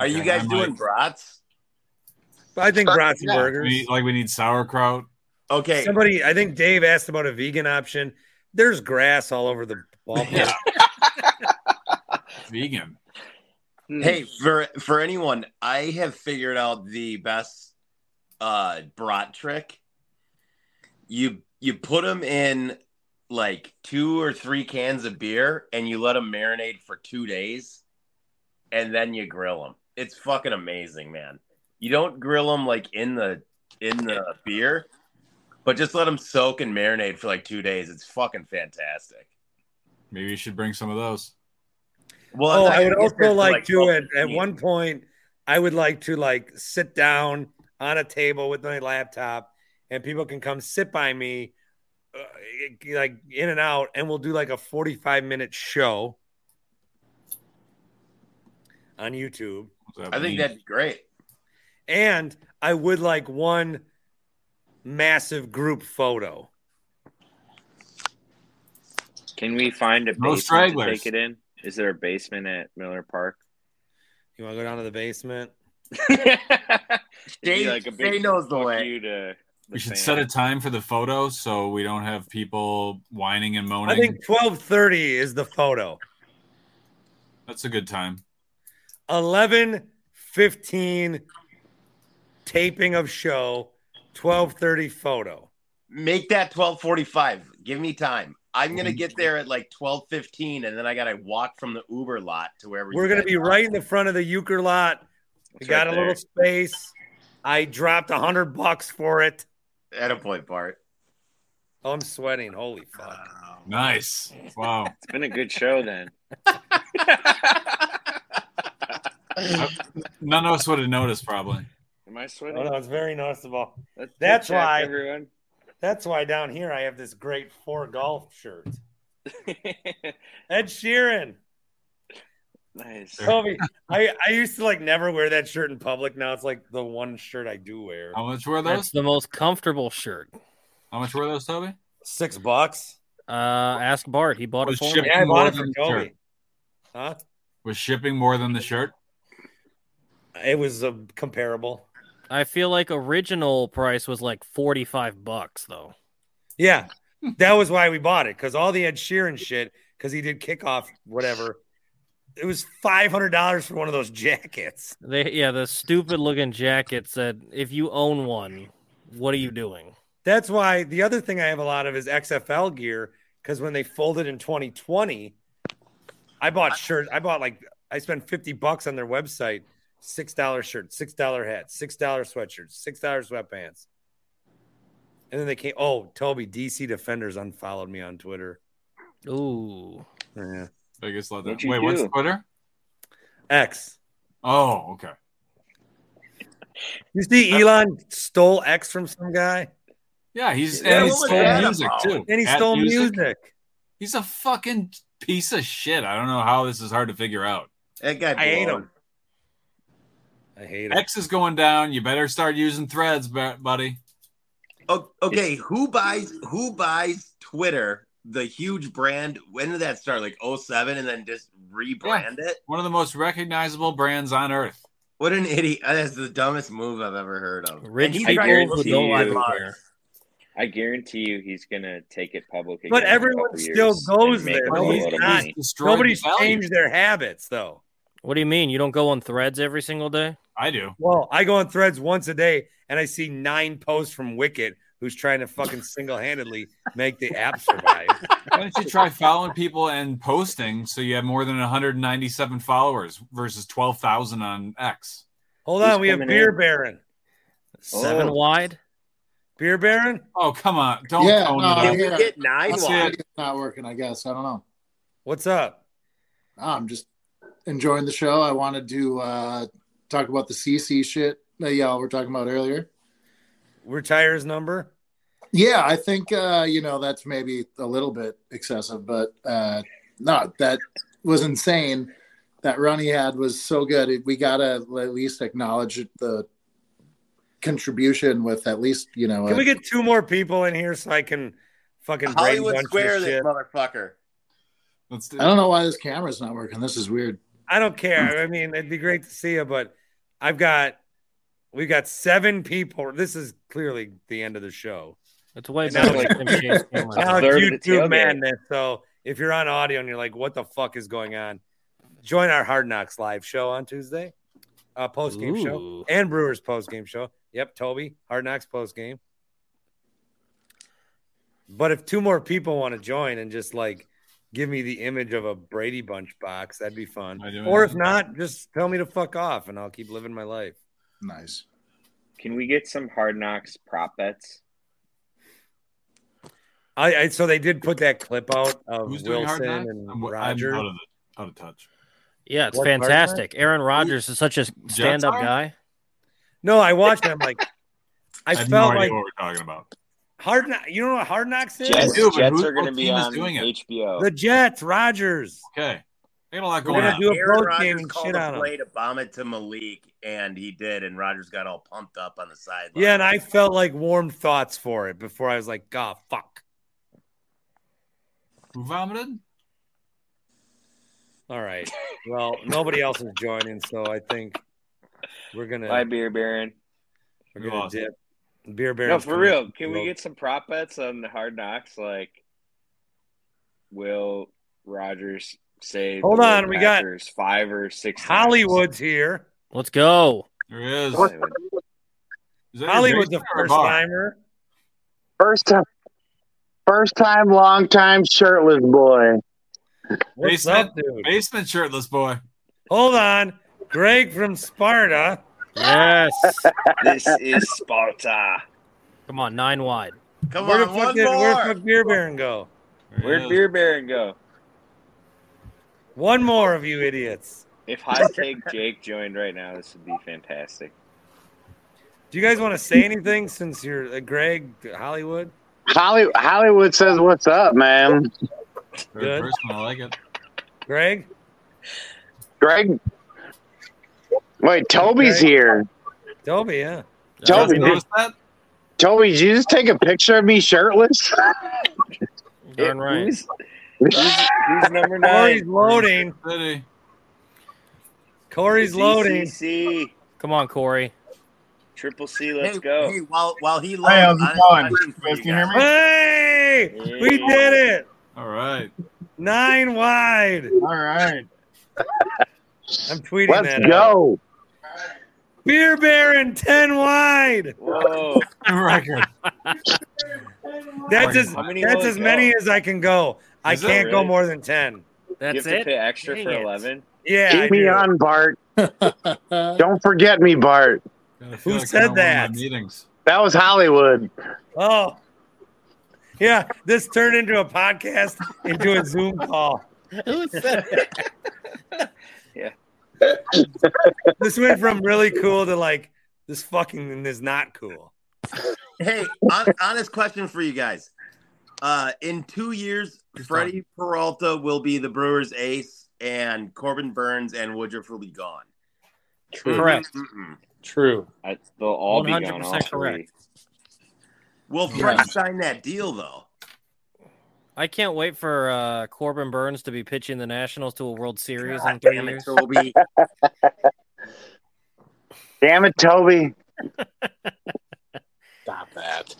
[SPEAKER 13] Are you
[SPEAKER 10] Okay,
[SPEAKER 13] guys
[SPEAKER 10] I might-
[SPEAKER 13] doing brats?
[SPEAKER 1] I think brats and
[SPEAKER 13] Yeah.
[SPEAKER 1] burgers.
[SPEAKER 10] We- like we need sauerkraut.
[SPEAKER 13] Okay.
[SPEAKER 1] Somebody, I think Dave asked about a vegan option. There's grass all over the ballpark.
[SPEAKER 10] Vegan.
[SPEAKER 13] Hey, for for anyone, I have figured out the best uh brat trick. You you put them in like two or three cans of beer and you let them marinate for 2 days and then you grill them. It's fucking amazing, man. You don't grill them like in the in the beer, but just let them soak and marinate for like 2 days. It's fucking fantastic.
[SPEAKER 10] Maybe you should bring some of those.
[SPEAKER 1] oh,
[SPEAKER 13] Well, I'm not
[SPEAKER 1] I would
[SPEAKER 13] gonna get
[SPEAKER 1] also
[SPEAKER 13] this,
[SPEAKER 1] like,
[SPEAKER 13] like, oh,
[SPEAKER 1] to at,
[SPEAKER 13] fucking
[SPEAKER 1] at
[SPEAKER 13] meat.
[SPEAKER 1] one point I would like to like sit down on a table with my laptop and people can come sit by me uh, like in and out and we'll do like a 45 minute show on YouTube.
[SPEAKER 13] I think that'd be great.
[SPEAKER 1] And I would like one massive group photo.
[SPEAKER 8] Can we find a
[SPEAKER 1] No
[SPEAKER 8] basement to
[SPEAKER 1] stragglers.
[SPEAKER 8] take it in? Is there a basement at Miller Park?
[SPEAKER 1] You want to go down to the basement?
[SPEAKER 8] It'd be
[SPEAKER 13] Jay- Jay knows the
[SPEAKER 8] fuck
[SPEAKER 13] way.
[SPEAKER 8] You to
[SPEAKER 10] We should set a time for the photo so we don't have people whining and moaning.
[SPEAKER 1] I think 12:30 is the photo.
[SPEAKER 10] That's a good time.
[SPEAKER 1] 11 15 taping of show 1230 photo
[SPEAKER 13] make that 1245 give me time i'm
[SPEAKER 1] Mm-hmm.
[SPEAKER 13] gonna get there at like 1215 and then i gotta walk from the uber lot to wherever you
[SPEAKER 1] we're gonna
[SPEAKER 13] guys
[SPEAKER 1] be
[SPEAKER 13] are.
[SPEAKER 1] right in the front of the euchre lot we
[SPEAKER 13] It's
[SPEAKER 1] got
[SPEAKER 13] right
[SPEAKER 1] a little
[SPEAKER 13] there.
[SPEAKER 1] space i dropped a hundred bucks for it
[SPEAKER 13] at a point bart
[SPEAKER 1] oh, i'm sweating holy fuck
[SPEAKER 10] Nice. Wow.
[SPEAKER 8] It's been a good show then.
[SPEAKER 10] None of us would have noticed, probably.
[SPEAKER 8] Am I
[SPEAKER 1] oh
[SPEAKER 8] sweating?
[SPEAKER 1] no it's very noticeable
[SPEAKER 8] Let's good
[SPEAKER 1] that's
[SPEAKER 8] chat,
[SPEAKER 1] why
[SPEAKER 8] everyone.
[SPEAKER 1] that's why down here i have this great four golf shirt ed sheeran
[SPEAKER 8] Nice.
[SPEAKER 1] Toby, I, I used to like never wear that shirt in public. Now it's like the one shirt I do wear.
[SPEAKER 10] How much were those?
[SPEAKER 12] That's the most comfortable shirt.
[SPEAKER 10] How much were those, Toby?
[SPEAKER 1] Six bucks.
[SPEAKER 12] Uh, ask Bart. He bought it
[SPEAKER 10] Was
[SPEAKER 12] for
[SPEAKER 10] shipping
[SPEAKER 12] me.
[SPEAKER 1] Yeah, I bought
[SPEAKER 10] more
[SPEAKER 1] it for
[SPEAKER 10] than the
[SPEAKER 1] Toby.
[SPEAKER 10] shirt.
[SPEAKER 1] Huh?
[SPEAKER 10] Was shipping more than the shirt?
[SPEAKER 1] It was a comparable.
[SPEAKER 12] I feel like original price was like forty five bucks though.
[SPEAKER 1] Yeah, that was why we bought it because all the Ed Sheeran shit because he did kickoff whatever. It was five hundred dollars for one of those jackets.
[SPEAKER 12] They yeah, the stupid looking jacket said, "If you own one, what are you doing?"
[SPEAKER 1] That's why the other thing I have a lot of is XFL gear because when they folded in 2020, I bought shirts. I bought like I spent 50 bucks on their website. Six dollar shirt, six dollar hat, six dollar sweatshirt, six dollar sweatpants. And then they came. Oh, Toby, DC Defenders unfollowed me on Twitter.
[SPEAKER 12] Ooh,
[SPEAKER 1] Yeah.
[SPEAKER 10] Biggest leather.
[SPEAKER 8] What'd you
[SPEAKER 10] Wait, what's
[SPEAKER 8] do?
[SPEAKER 10] Twitter?
[SPEAKER 1] X.
[SPEAKER 10] Oh, okay.
[SPEAKER 1] You see, Elon stole X from some guy,
[SPEAKER 10] Yeah, he's
[SPEAKER 13] Yeah,
[SPEAKER 10] and he
[SPEAKER 13] what was
[SPEAKER 10] stole
[SPEAKER 13] that
[SPEAKER 10] music
[SPEAKER 13] about?
[SPEAKER 10] too.
[SPEAKER 1] and he
[SPEAKER 10] At
[SPEAKER 1] stole music.
[SPEAKER 10] He's a fucking piece of shit. I don't know how this is hard to figure out.
[SPEAKER 13] that guy
[SPEAKER 1] I hate
[SPEAKER 13] blown.
[SPEAKER 1] him. I hate him.
[SPEAKER 10] X is going down. You better start using threads, bu- buddy.
[SPEAKER 13] O- okay who buys who buys twitter the huge brand when did that start like 07 and then just rebrand it
[SPEAKER 10] One of the most recognizable brands on earth.
[SPEAKER 13] what an idiot that's the dumbest move i've ever heard of
[SPEAKER 12] Rich
[SPEAKER 13] And he's
[SPEAKER 12] people
[SPEAKER 13] trying to
[SPEAKER 12] who
[SPEAKER 13] teach
[SPEAKER 12] don't like
[SPEAKER 13] you.
[SPEAKER 12] underwear.
[SPEAKER 8] I guarantee you he's gonna take it public. Again
[SPEAKER 1] But
[SPEAKER 8] in a
[SPEAKER 1] everyone
[SPEAKER 8] couple
[SPEAKER 1] still
[SPEAKER 8] years
[SPEAKER 1] goes
[SPEAKER 8] and make
[SPEAKER 1] there.
[SPEAKER 8] a
[SPEAKER 1] No, he's
[SPEAKER 8] boatload of
[SPEAKER 1] not.
[SPEAKER 8] money.
[SPEAKER 10] Destroyed
[SPEAKER 1] Nobody's
[SPEAKER 10] the value.
[SPEAKER 1] changed their habits though.
[SPEAKER 12] What do you mean? You don't go on threads every single day?
[SPEAKER 10] I do.
[SPEAKER 1] Well, I go on threads once a day and I see nine posts from Wicket who's trying to fucking single handedly make the app survive.
[SPEAKER 10] Why don't you try following people and posting so you have more than 197 followers versus 12,000 on X?
[SPEAKER 1] Hold
[SPEAKER 8] Who's
[SPEAKER 1] on, we have
[SPEAKER 8] coming
[SPEAKER 1] Beer
[SPEAKER 8] in?
[SPEAKER 1] Baron.
[SPEAKER 12] Seven
[SPEAKER 8] Oh.
[SPEAKER 12] wide.
[SPEAKER 1] Beer Baron?
[SPEAKER 10] Oh, come on. Don't
[SPEAKER 9] yeah,
[SPEAKER 10] tone
[SPEAKER 9] no,
[SPEAKER 10] it
[SPEAKER 9] I
[SPEAKER 10] up.
[SPEAKER 9] hear
[SPEAKER 13] Can we
[SPEAKER 9] it.
[SPEAKER 13] get nine
[SPEAKER 9] I
[SPEAKER 10] That's
[SPEAKER 9] see
[SPEAKER 10] it.
[SPEAKER 13] wide?
[SPEAKER 9] it. It's not working. I guess I don't know. Ah,
[SPEAKER 1] What's up?
[SPEAKER 9] I'm just enjoying the show. I wanted to uh, talk about the CC shit that y'all were talking about earlier.
[SPEAKER 1] Retire his number?
[SPEAKER 9] Yeah, I think uh, you know that's maybe a little bit excessive, but uh, not that was insane. That run he had was so good. We gotta at least acknowledge the contribution with at least you know.
[SPEAKER 1] Can
[SPEAKER 9] a-
[SPEAKER 1] we get two more people in here so I can fucking
[SPEAKER 13] hollywood
[SPEAKER 1] brainwash
[SPEAKER 13] square
[SPEAKER 1] this
[SPEAKER 13] this
[SPEAKER 1] shit?
[SPEAKER 13] motherfucker
[SPEAKER 10] Let's do
[SPEAKER 9] I don't know why this camera's not working. This is weird.
[SPEAKER 1] I don't care. I mean, it'd be great to see you, but I've got we've got seven people. This is clearly the end of the show.
[SPEAKER 12] That's way
[SPEAKER 1] Now,
[SPEAKER 12] better.
[SPEAKER 8] like-
[SPEAKER 12] than Tim Shea's camera.
[SPEAKER 8] A
[SPEAKER 1] Now it's
[SPEAKER 8] third of the
[SPEAKER 1] YouTube
[SPEAKER 8] tailgate.
[SPEAKER 1] madness. So if you're on audio and you're like, "What the fuck is going on?" Join our Hard Knocks live show on Tuesday, uh, post game show
[SPEAKER 12] Ooh.
[SPEAKER 1] and Brewers post game show. Yep, Toby Hard Knocks post game. But if two more people want to join and just like give me the image of a Brady Bunch box, that'd be fun.
[SPEAKER 10] I do.
[SPEAKER 1] Or if not, just tell me to fuck off and I'll keep living my life.
[SPEAKER 9] Nice.
[SPEAKER 8] Can we get some hard knocks prop bets?
[SPEAKER 1] I, I so they did put that clip out of
[SPEAKER 10] Who's doing hard
[SPEAKER 1] Wilson
[SPEAKER 10] knocks?
[SPEAKER 1] and
[SPEAKER 10] I'm,
[SPEAKER 1] Roger.
[SPEAKER 10] I'm out of, the, out of touch.
[SPEAKER 12] Yeah, it's
[SPEAKER 1] What part of that?
[SPEAKER 12] fantastic. Aaron Rodgers is such a stand up
[SPEAKER 10] are?
[SPEAKER 12] guy.
[SPEAKER 1] No, I watched it. I'm like, I,
[SPEAKER 10] I have no
[SPEAKER 1] felt
[SPEAKER 10] idea
[SPEAKER 1] like
[SPEAKER 10] what we're talking about.
[SPEAKER 1] hard. Knock, you know what hard knocks is?
[SPEAKER 8] Jets,
[SPEAKER 10] do, but
[SPEAKER 8] Jets
[SPEAKER 10] who-
[SPEAKER 8] are going to
[SPEAKER 10] what
[SPEAKER 8] be
[SPEAKER 10] team is
[SPEAKER 8] on
[SPEAKER 10] doing it?
[SPEAKER 8] HBO.
[SPEAKER 1] The Jets, Rogers.
[SPEAKER 10] Okay. I got a lot
[SPEAKER 1] We're
[SPEAKER 10] going
[SPEAKER 1] gonna
[SPEAKER 10] on.
[SPEAKER 1] do a
[SPEAKER 13] Aaron
[SPEAKER 1] road game
[SPEAKER 13] Rodgers
[SPEAKER 1] and
[SPEAKER 13] called
[SPEAKER 1] shit
[SPEAKER 13] a
[SPEAKER 1] on
[SPEAKER 13] play
[SPEAKER 1] him.
[SPEAKER 13] to bomb it to Malik, and he did, and Rodgers got all pumped up on the sideline.
[SPEAKER 1] Yeah, and I felt like warm thoughts for it before I was like, God, fuck.
[SPEAKER 10] Who vomited?
[SPEAKER 1] All right. Well, nobody else is joining, so I think we're gonna
[SPEAKER 8] Bye, beer baron.
[SPEAKER 1] we're
[SPEAKER 10] We
[SPEAKER 1] gonna
[SPEAKER 10] lost.
[SPEAKER 1] dip. Beer Bear.
[SPEAKER 8] No, for real. Can we get some prop bets on the hard knocks? Like, will Rogers say.
[SPEAKER 1] Hold
[SPEAKER 8] the
[SPEAKER 1] on, we got-
[SPEAKER 8] Packers five or six. times.
[SPEAKER 1] Hollywood's here.
[SPEAKER 12] Let's go.
[SPEAKER 10] There he is.
[SPEAKER 1] Hollywood's a first timer.
[SPEAKER 14] First time, first time, long time, shirtless boy.
[SPEAKER 10] Basement, basement shirtless boy.
[SPEAKER 1] Hold on. Greg from Sparta.
[SPEAKER 12] Yes.
[SPEAKER 8] this is Sparta.
[SPEAKER 12] Come on, nine wide.
[SPEAKER 13] Come
[SPEAKER 1] Where the fuck did where the fuck Beer Baron go?
[SPEAKER 8] Where'd Beer Baron go?
[SPEAKER 1] One more of you idiots.
[SPEAKER 8] If High Take Jake joined right now, this would be fantastic.
[SPEAKER 1] Do you guys want to say anything since you're uh, Greg Hollywood?
[SPEAKER 14] Holly, Hollywood says, "What's up, man?"
[SPEAKER 1] Good.
[SPEAKER 10] I like it.
[SPEAKER 1] Greg,
[SPEAKER 14] Greg. Wait, Toby's here.
[SPEAKER 1] Toby, yeah.
[SPEAKER 14] Toby, did, Toby, did you just take a picture of me shirtless?
[SPEAKER 12] Darn right.
[SPEAKER 8] Who's, number
[SPEAKER 1] Corey's
[SPEAKER 8] nine?
[SPEAKER 1] loading. Corey's loading.
[SPEAKER 12] Come on, Corey.
[SPEAKER 8] Triple C, let's
[SPEAKER 13] hey,
[SPEAKER 8] go.
[SPEAKER 13] Hey, while while he loads,
[SPEAKER 8] Hey, how's it
[SPEAKER 13] I-
[SPEAKER 8] going?
[SPEAKER 13] I'm rooting for
[SPEAKER 8] You guys can
[SPEAKER 13] guys.
[SPEAKER 8] hear me?
[SPEAKER 1] Hey, we did it.
[SPEAKER 10] All right.
[SPEAKER 1] Nine wide.
[SPEAKER 14] All right.
[SPEAKER 1] I'm tweeting
[SPEAKER 14] Let's
[SPEAKER 1] that. out.
[SPEAKER 14] go.
[SPEAKER 1] Beer Baron, ten wide.
[SPEAKER 8] Whoa.
[SPEAKER 10] Record.
[SPEAKER 1] That's as
[SPEAKER 8] How many
[SPEAKER 1] that's
[SPEAKER 8] will
[SPEAKER 1] as
[SPEAKER 8] it
[SPEAKER 1] many
[SPEAKER 8] go?
[SPEAKER 1] as I can go. I
[SPEAKER 8] Is it
[SPEAKER 1] can't go
[SPEAKER 8] really?
[SPEAKER 1] more than ten.
[SPEAKER 8] you have to pay extra for eleven.
[SPEAKER 1] Yeah,
[SPEAKER 14] Keep
[SPEAKER 1] I
[SPEAKER 14] me
[SPEAKER 1] do.
[SPEAKER 14] on, Bart. Don't forget me, Bart.
[SPEAKER 1] Who said that?
[SPEAKER 10] Meetings.
[SPEAKER 14] That was Hollywood.
[SPEAKER 1] Oh, yeah. This turned into a podcast, into a Zoom call.
[SPEAKER 14] Who said
[SPEAKER 8] Yeah.
[SPEAKER 1] This went from really cool to like this fucking is not cool.
[SPEAKER 13] Hey, hon- honest question for you guys. Uh, in two years, Freddie Peralta will be the Brewers' ace, and Corbin Burns and Woodruff will be gone.
[SPEAKER 8] True.
[SPEAKER 13] Correct.
[SPEAKER 1] True.
[SPEAKER 8] I, they'll all be gone. All
[SPEAKER 13] 100%
[SPEAKER 8] correct.
[SPEAKER 13] correct. Will Freddie sign that deal though?
[SPEAKER 12] I can't wait for uh, Corbin Burns to be pitching the Nationals to a World Series in
[SPEAKER 13] God
[SPEAKER 12] three
[SPEAKER 13] damn it,
[SPEAKER 12] years.
[SPEAKER 13] Toby.
[SPEAKER 14] Damn it, Toby.
[SPEAKER 2] Stop that.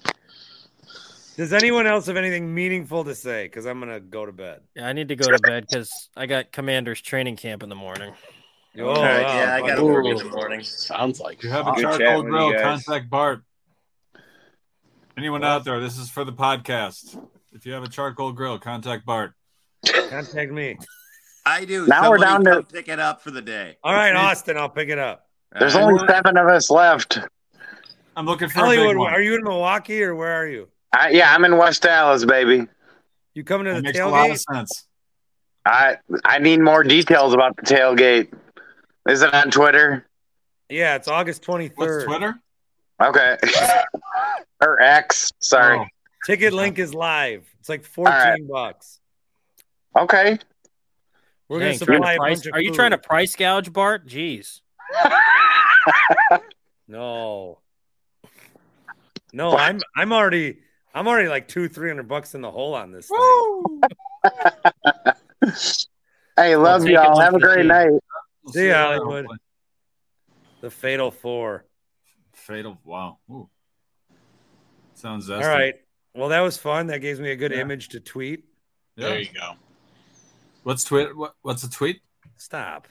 [SPEAKER 1] Does anyone else have anything meaningful to say? Because I'm gonna go to bed.
[SPEAKER 12] Yeah, I need to go to bed because I got Commander's training camp in the morning.
[SPEAKER 1] Oh, All right, wow. yeah, I gotta work in the morning.
[SPEAKER 2] Sounds like
[SPEAKER 10] You have a
[SPEAKER 2] fuck.
[SPEAKER 10] charcoal grill. Contact Bart. Anyone out there? This is for the podcast. If you have a charcoal grill, contact Bart.
[SPEAKER 1] Contact me.
[SPEAKER 13] I do.
[SPEAKER 14] Now we're
[SPEAKER 13] Somebody
[SPEAKER 14] down
[SPEAKER 13] come
[SPEAKER 14] to-
[SPEAKER 13] pick it up for the day.
[SPEAKER 1] All right, Austin, I'll pick it up.
[SPEAKER 14] There's only seven of us left.
[SPEAKER 10] I'm looking
[SPEAKER 14] for a big
[SPEAKER 1] Hollywood.
[SPEAKER 14] one.
[SPEAKER 1] Are you in Milwaukee or where are you?
[SPEAKER 14] I, yeah, I'm in West Dallas, baby.
[SPEAKER 1] You coming to the
[SPEAKER 10] makes a lot of
[SPEAKER 1] tailgate?
[SPEAKER 10] sense.
[SPEAKER 14] I I need more details about the tailgate. Is it on Twitter?
[SPEAKER 1] Yeah, it's August 23rd.
[SPEAKER 10] Twitter?
[SPEAKER 14] Okay. or X. Sorry.
[SPEAKER 1] Ticket link is live. It's like 14 bucks.
[SPEAKER 10] Oh.
[SPEAKER 14] Okay.
[SPEAKER 1] We're gonna
[SPEAKER 12] Dang, trying to
[SPEAKER 1] supply a
[SPEAKER 12] price-
[SPEAKER 1] bunch of
[SPEAKER 12] Are you
[SPEAKER 1] food.
[SPEAKER 12] trying to price gouge, Bart? Jeez.
[SPEAKER 1] No. No, I'm I'm already I'm already like two, three hundred bucks in the hole on this thing.
[SPEAKER 14] Hey, love
[SPEAKER 1] take it
[SPEAKER 14] y'all.
[SPEAKER 1] with
[SPEAKER 14] Have a
[SPEAKER 1] the
[SPEAKER 14] great
[SPEAKER 1] team.
[SPEAKER 14] night.
[SPEAKER 1] See ya, Hollywood. The fatal four.
[SPEAKER 10] Fatal. Wow. Ooh. Sounds
[SPEAKER 1] All
[SPEAKER 10] zesty.
[SPEAKER 1] right. Well, that was fun. That gives me a good
[SPEAKER 10] Yeah.
[SPEAKER 1] image to tweet.
[SPEAKER 10] Yeah.
[SPEAKER 2] There you go.
[SPEAKER 10] What's tweet? What, what's a tweet?
[SPEAKER 1] Stop.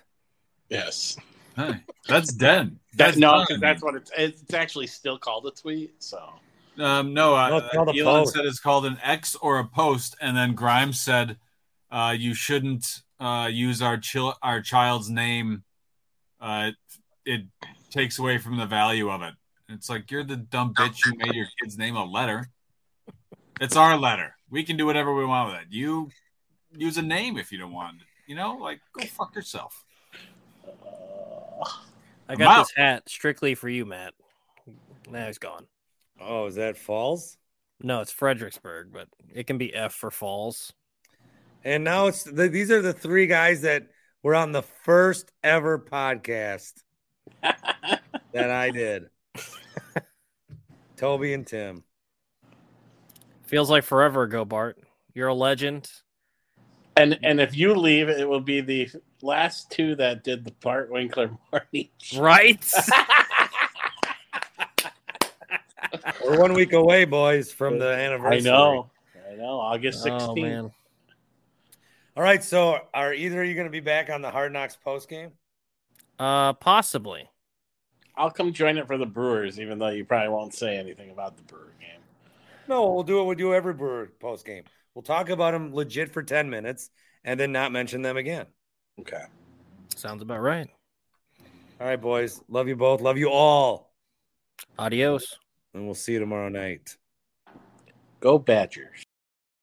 [SPEAKER 2] Yes.
[SPEAKER 10] Hey, that's den.
[SPEAKER 2] That,
[SPEAKER 10] That's
[SPEAKER 2] no,
[SPEAKER 10] fine.
[SPEAKER 2] because that's what it's. It's actually still called a tweet. So
[SPEAKER 10] Um, no, uh,
[SPEAKER 2] it's called a
[SPEAKER 10] Elon
[SPEAKER 2] post.
[SPEAKER 10] said it's called an X or a post, and then Grimes said uh, you shouldn't uh, use our chil- our child's name. Uh, it, it takes away from the value of it. It's like you're the dumb bitch who made your kid's name a letter. It's our letter. We can do whatever we want with it. You use a name if you don't want. it. You know, like go fuck yourself.
[SPEAKER 12] I
[SPEAKER 10] I'm
[SPEAKER 12] got
[SPEAKER 10] out.
[SPEAKER 12] this hat strictly for you, Matt. Now he's gone.
[SPEAKER 1] Oh, is that Falls?
[SPEAKER 12] No, it's Fredericksburg, but it can be F for Falls.
[SPEAKER 1] And now it's the, these are the three guys that were on the first ever podcast that I did. Toby and Tim.
[SPEAKER 12] Feels like forever ago, Bart. You're a legend.
[SPEAKER 2] And and if you leave, it will be the last two that did the Bart Winkler morning.
[SPEAKER 12] Right.
[SPEAKER 1] We're one week away, boys, from the anniversary.
[SPEAKER 2] I know. I know. August
[SPEAKER 1] Oh,
[SPEAKER 2] sixteenth.
[SPEAKER 1] man. All right. So, are either of you going to be back on the Hard Knocks post game?
[SPEAKER 12] Uh, possibly.
[SPEAKER 2] I'll come join it for the Brewers, even though you probably won't say anything about the Brewer game.
[SPEAKER 1] No, we'll do what we do every Brewer post game. We'll talk about them legit for ten minutes, and then not mention them again.
[SPEAKER 2] Okay.
[SPEAKER 12] Sounds about right.
[SPEAKER 1] All right, boys. Love you both. Love you all.
[SPEAKER 12] Adios.
[SPEAKER 1] And we'll see you tomorrow night.
[SPEAKER 2] Go Badgers.